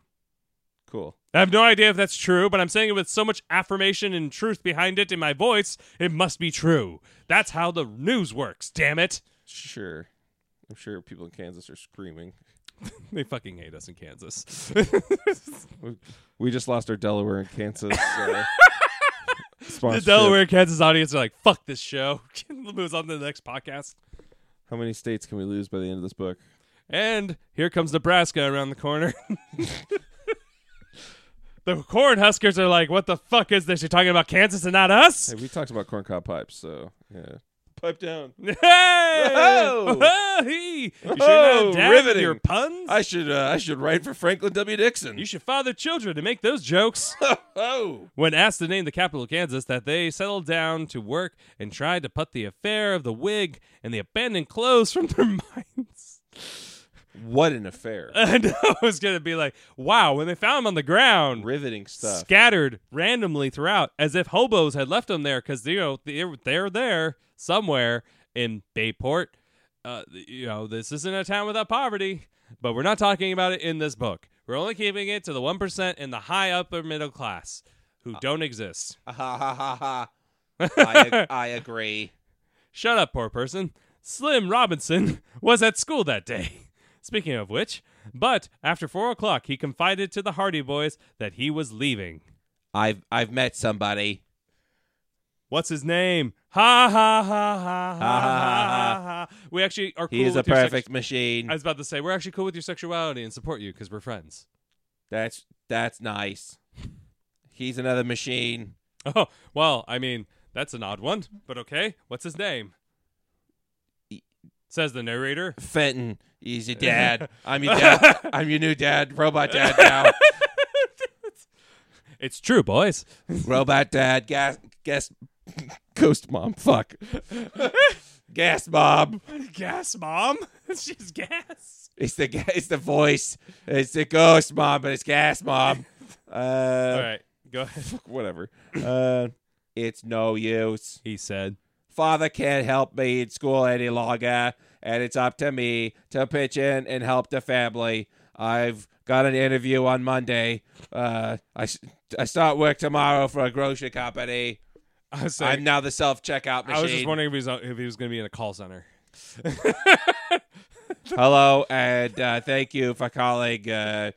B: Cool.
A: I have no idea if that's true, but I'm saying it with so much affirmation and truth behind it in my voice, it must be true. That's how the news works, damn it.
B: Sure. I'm sure people in Kansas are screaming.
A: They fucking hate us in Kansas.
B: We just lost our Delaware and Kansas. Uh,
A: the
B: sponsorship.
A: Delaware, Kansas audience are like, fuck this show. we'll move on to the next podcast.
B: How many states can we lose by the end of this book?
A: And here comes Nebraska around the corner. the Cornhuskers are like, what the fuck is this? You're talking about Kansas and not us?
B: Hey, we talked about corncob pipes, so yeah. Pipe down.
A: Hey!
B: Whoa!
A: Whoa! You should not dab with
B: riveting.
A: your puns.
B: I should uh, I should write for Franklin W. Dixon.
A: you should father children to make those jokes.
B: oh.
A: When asked to name the capital of Kansas, that they settled down to work and tried to put the affair of the wig and the abandoned clothes from their minds.
B: What an affair.
A: And I was going to be like, wow, when they found him on the ground,
B: Riveting stuff.
A: scattered randomly throughout, as if hobos had left him there because, you know, they're, they're there somewhere in Bayport. Uh, you know, this isn't a town without poverty, but we're not talking about it in this book. We're only keeping it to the 1% and the high upper middle class who don't exist.
B: Ha ha ha ha. I, ag- I agree.
A: Shut up, poor person. Slim Robinson was at school that day. Speaking of which, but after four o'clock, he confided to the Hardy Boys that he was leaving.
B: I've I've met somebody.
A: What's his name? Ha ha ha ha ha ha
B: ha, ha,
A: ha. ha. We actually are cool.
B: He is a
A: with your sex-
B: perfect machine.
A: I was about to say we're actually cool with your sexuality and support you because we're friends.
B: That's that's nice. He's another machine.
A: Oh well, I mean that's an odd one, but okay. What's his name?
B: E-
A: Says the narrator.
B: Fenton, he's your dad. I'm your dad. I'm your new dad, robot dad now.
A: It's true, boys.
B: Robot dad, gas, gas, ghost mom. Fuck, gas mom.
A: gas, mom. She's gas.
B: It's the ga- it's the voice. It's the ghost mom, but it's gas mom. Uh,
A: All right, go ahead.
B: whatever. Uh, it's no use.
A: He said.
B: Father can't help me in school any longer, and it's up to me to pitch in and help the family. I've got an interview on Monday. Uh, I, s- I start work tomorrow for a grocery company.
A: I was,
B: I'm now the self checkout machine.
A: I was just wondering if he was if he was going to be in a call center.
B: Hello, and uh, thank you for calling. Uh,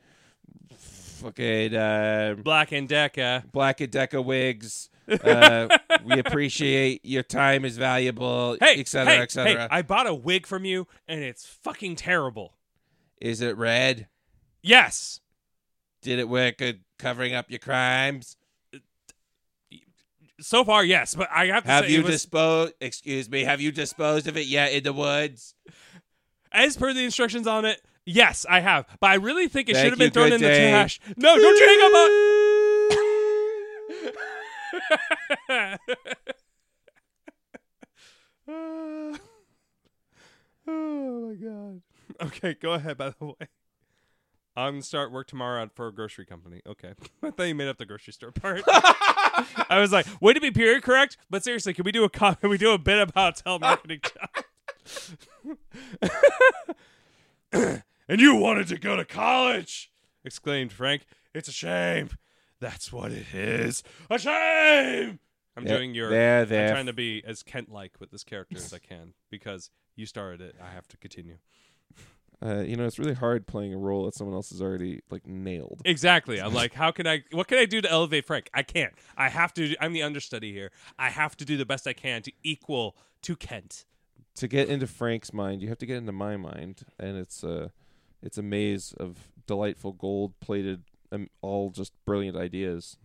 B: fucking uh,
A: Black and Decker.
B: Black and Decker wigs. Uh, we appreciate your time is valuable,
A: Hey,
B: et cetera,
A: hey,
B: et cetera.
A: hey, I bought a wig from you and it's fucking terrible.
B: Is it red?
A: Yes.
B: Did it work at covering up your crimes?
A: So far, yes, but I have to
B: Have
A: say,
B: you
A: it was,
B: disposed? Excuse me. Have you disposed of it yet in the woods?
A: as per the instructions on it, yes, I have. But I really think it
B: Thank
A: should have been
B: you,
A: thrown
B: good
A: in
B: day.
A: the trash. No, don't you hang up uh. on.
D: oh my god.
A: Okay, go ahead. By the way, I'm gonna start work tomorrow at- for a grocery company. Okay, I thought you made up the grocery store part. I was like, way to be period correct. But seriously, can we do a co- can we do a bit about telemarketing? jobs?
D: And you wanted to go to college.
A: Exclaimed Frank.
D: It's a shame. That's what it is. A shame.
A: I'm
B: There-
A: doing your.
B: there,
A: I'm
B: there.
A: trying to be as Kent-like with this character as I can because you started it. I have to continue.
B: Uh, you know, it's really hard playing a role that someone else has already like nailed.
A: Exactly. I'm like, how can I? What can I do to elevate Frank? I can't. I have to. I'm the understudy here. I have to do the best I can to equal to Kent.
B: to get into Frank's mind, you have to get into my mind, and it's a it's a maze of delightful gold plated, um, all just brilliant ideas.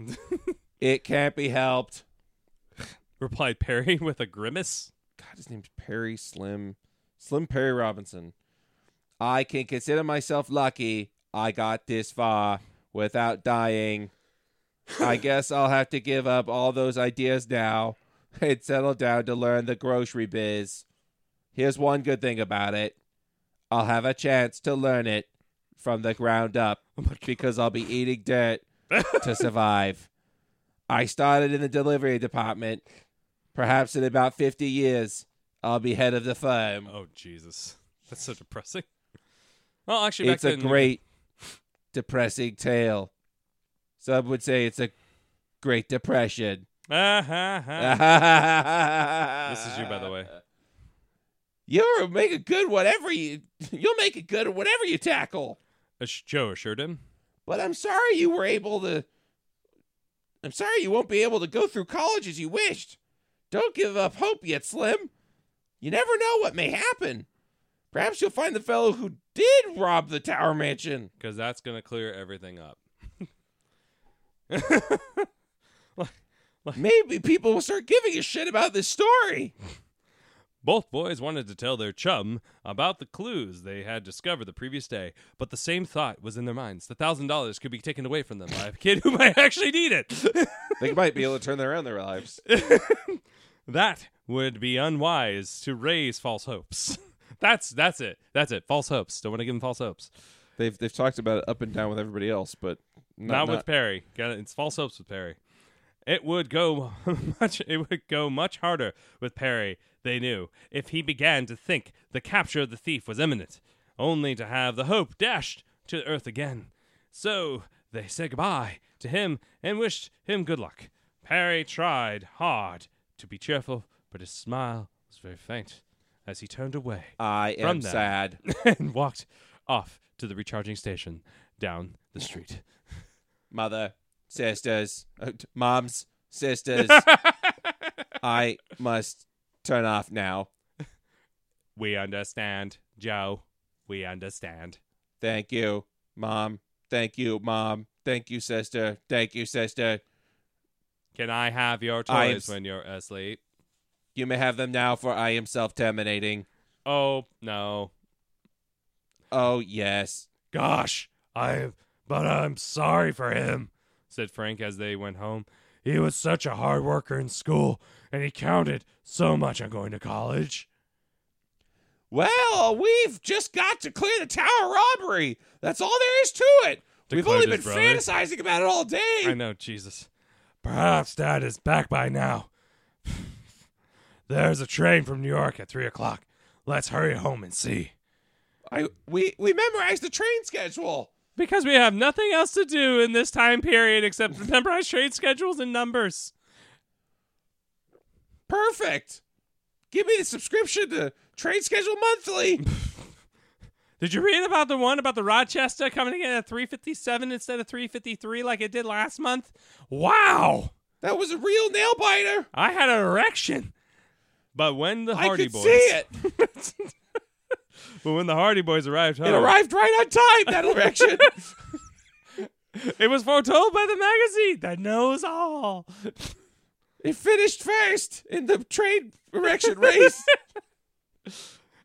B: it can't be helped.
A: Replied Perry with a grimace.
B: God, his name's Perry Slim, Slim Perry Robinson. I can consider myself lucky. I got this far without dying. I guess I'll have to give up all those ideas now and settle down to learn the grocery biz. Here's one good thing about it I'll have a chance to learn it from the ground up because I'll be eating dirt to survive. I started in the delivery department. Perhaps in about 50 years, I'll be head of the firm.
A: Oh Jesus, that's so depressing. Well, actually, back
B: It's a
A: then-
B: great, depressing tale. Some would say it's a great depression.
A: Ah, ha, ha.
B: this
A: Ah. is you, by the way.
B: You'll make a good whatever you. You'll make a good whatever you tackle.
A: Uh, sh- Joe assured him.
B: But I'm sorry you were able to. I'm sorry you won't be able to go through college as you wished. Don't give up hope yet, Slim. You never know what may happen. Perhaps you'll find the fellow who did rob the Tower Mansion.
A: because that's gonna clear everything up.
B: Maybe people will start giving a shit about this story.
A: Both boys wanted to tell their chum about the clues they had discovered the previous day, but the same thought was in their minds: the thousand dollars could be taken away from them by a kid who might actually need it.
B: They might be able to turn that around their lives.
A: that would be unwise to raise false hopes. That's that's it. That's it. False hopes. Don't want to give them false hopes.
B: They've they've talked about it up and down with everybody else, but
A: not, with Perry. Got it. It's false hopes with Perry. It would go much. It would go much harder with Perry. They knew if he began to think the capture of the thief was imminent, only to have the hope dashed to earth again. So they said goodbye to him and wished him good luck. Perry tried hard to be cheerful, but his smile was very faint as he turned away
B: I
A: From
B: am
A: that.
B: sad.
A: and walked off to the recharging station down the street.
B: mother, sisters, uh, t- moms, sisters. I must turn off now.
A: We understand, Joe. We understand.
B: Thank you, mom. Thank you, mom. Thank you, sister. Thank you, sister.
A: Can I have your
B: I am
A: toys
B: s-
A: when you're asleep?
B: You may have them now, for I am self terminating.
A: Oh, no.
B: Oh, yes.
D: Gosh, I but I'm sorry for him.
A: Said Frank as they went home.
D: He was such a hard worker in school, and he counted so much on going to college.
B: Well, we've just got to clear the tower robbery. That's all there is to it. we've
A: Declared
B: only
A: his
B: been
A: brother.
B: fantasizing about it all day.
A: I know, Jesus.
D: Perhaps Dad is back by now. There's a train from New York at three o'clock. Let's hurry home and see.
B: I we we memorized the train schedule.
A: Because we have nothing else to do in this time period except memorize trade schedules and numbers.
B: Perfect. Give me the subscription to Trade Schedule Monthly.
A: Did you read about the one about the Rochester coming in at 357 instead of 353 like it did last month? Wow.
B: That was a real nail biter.
D: I had an erection. But when the
B: I
D: Hardy
B: could
D: Boys,
B: see it.
D: but when the Hardy Boys arrived home,
B: It
E: Oh.
B: arrived right on time. That erection.
D: it was foretold by the magazine that knows all.
B: it finished first in the trade erection race.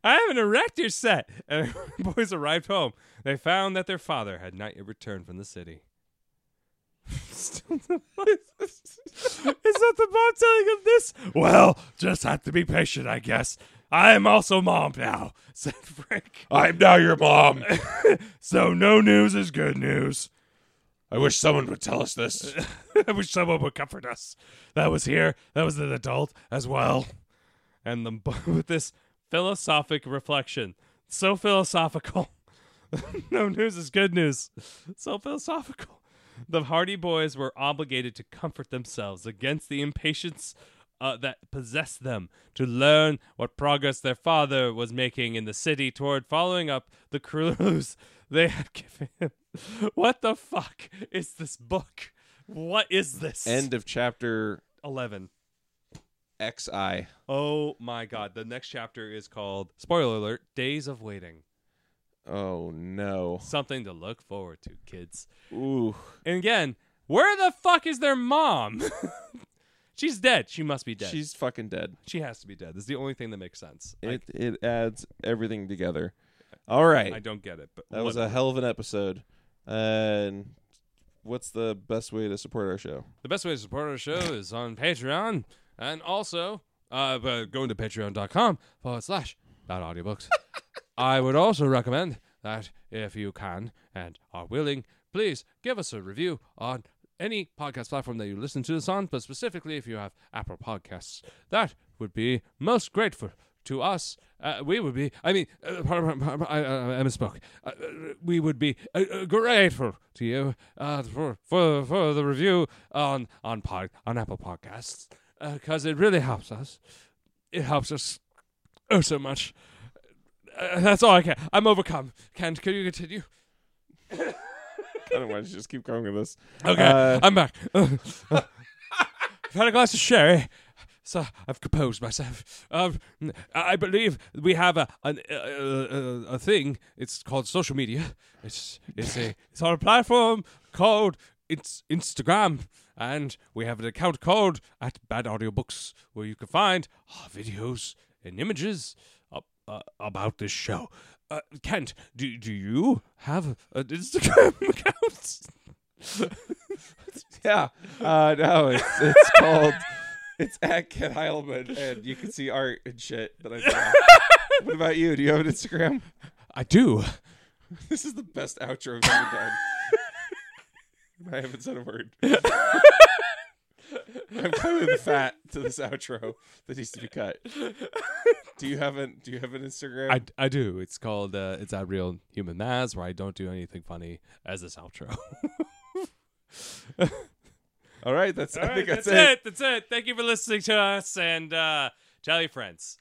D: I have an erector set. And when the boys arrived home. They found that their father had not yet returned from the city. Is that the mom telling of this? Well, just have to be patient, I guess. I am also mom now, said Frank.
E: I'm now your mom.
D: So no news is good news.
E: I wish someone would tell us this.
D: I wish someone would comfort us. That was here. That was an adult as well. And the, with this philosophic reflection, so philosophical. no news is good news. So philosophical. The Hardy Boys were obligated to comfort themselves against the impatience uh, that possessed them to learn what progress their father was making in the city toward following up the cruise they had given him. What the fuck is this book? What is this?
B: End of chapter
D: 11.
B: XI.
D: Oh my god. The next chapter is called, spoiler alert, Days of Waiting.
B: Oh no.
D: Something to look forward to, kids.
B: Ooh.
D: And again, where the fuck is their mom? She's dead. She must be dead.
B: She's fucking dead.
D: she has to be dead. This is the only thing that makes sense.
B: It it adds everything together. All right.
D: I don't get it. But
B: That was
D: what-
B: a hell of an episode. And what's the best way to support our show?
D: the best way to support our show is on Patreon and also uh, by going to patreon.com forward slash dot audiobooks. I would also recommend that if you can and are willing, please give us a review on any podcast platform that you listen to this on, but specifically if you have Apple Podcasts. That would be most grateful to us. Uh, we would be, I mean, uh, pardon, pardon, I, I, I misspoke. Uh, uh, we would be uh, uh, grateful to you uh, for, for, for the review on, on, pod, on Apple Podcasts because it really helps us. It helps us oh so much. Uh, that's all I can. I'm overcome. Can can you continue?
B: I don't want to just keep going with this.
D: Okay,
B: Uh,
D: I'm back. I've had a glass of sherry, so I've composed myself. Um, I believe we have a an, uh, uh, a thing. It's called social media. It's it's a it's on a platform called it's Instagram, and we have an account called at Bad Audiobooks, where you can find our videos and images up, uh, about this show. Uh, Kent, do do you have an Instagram account?
B: Yeah. Uh, no, it's, it's called. It's at Ken Heilman, and you can see art and shit that I draw. what about you? Do you have an Instagram?
D: I do.
B: This is the best outro I've ever done. I haven't said a word. I'm cutting the fat to this outro that needs to be cut. Do you have an Do you have an Instagram?
D: I, I do. It's called uh, it's at real human mass where I don't do anything funny as this outro.
B: All right, that's. I think that's, it.
D: That's it. Thank you for listening to us and uh, tell your friends.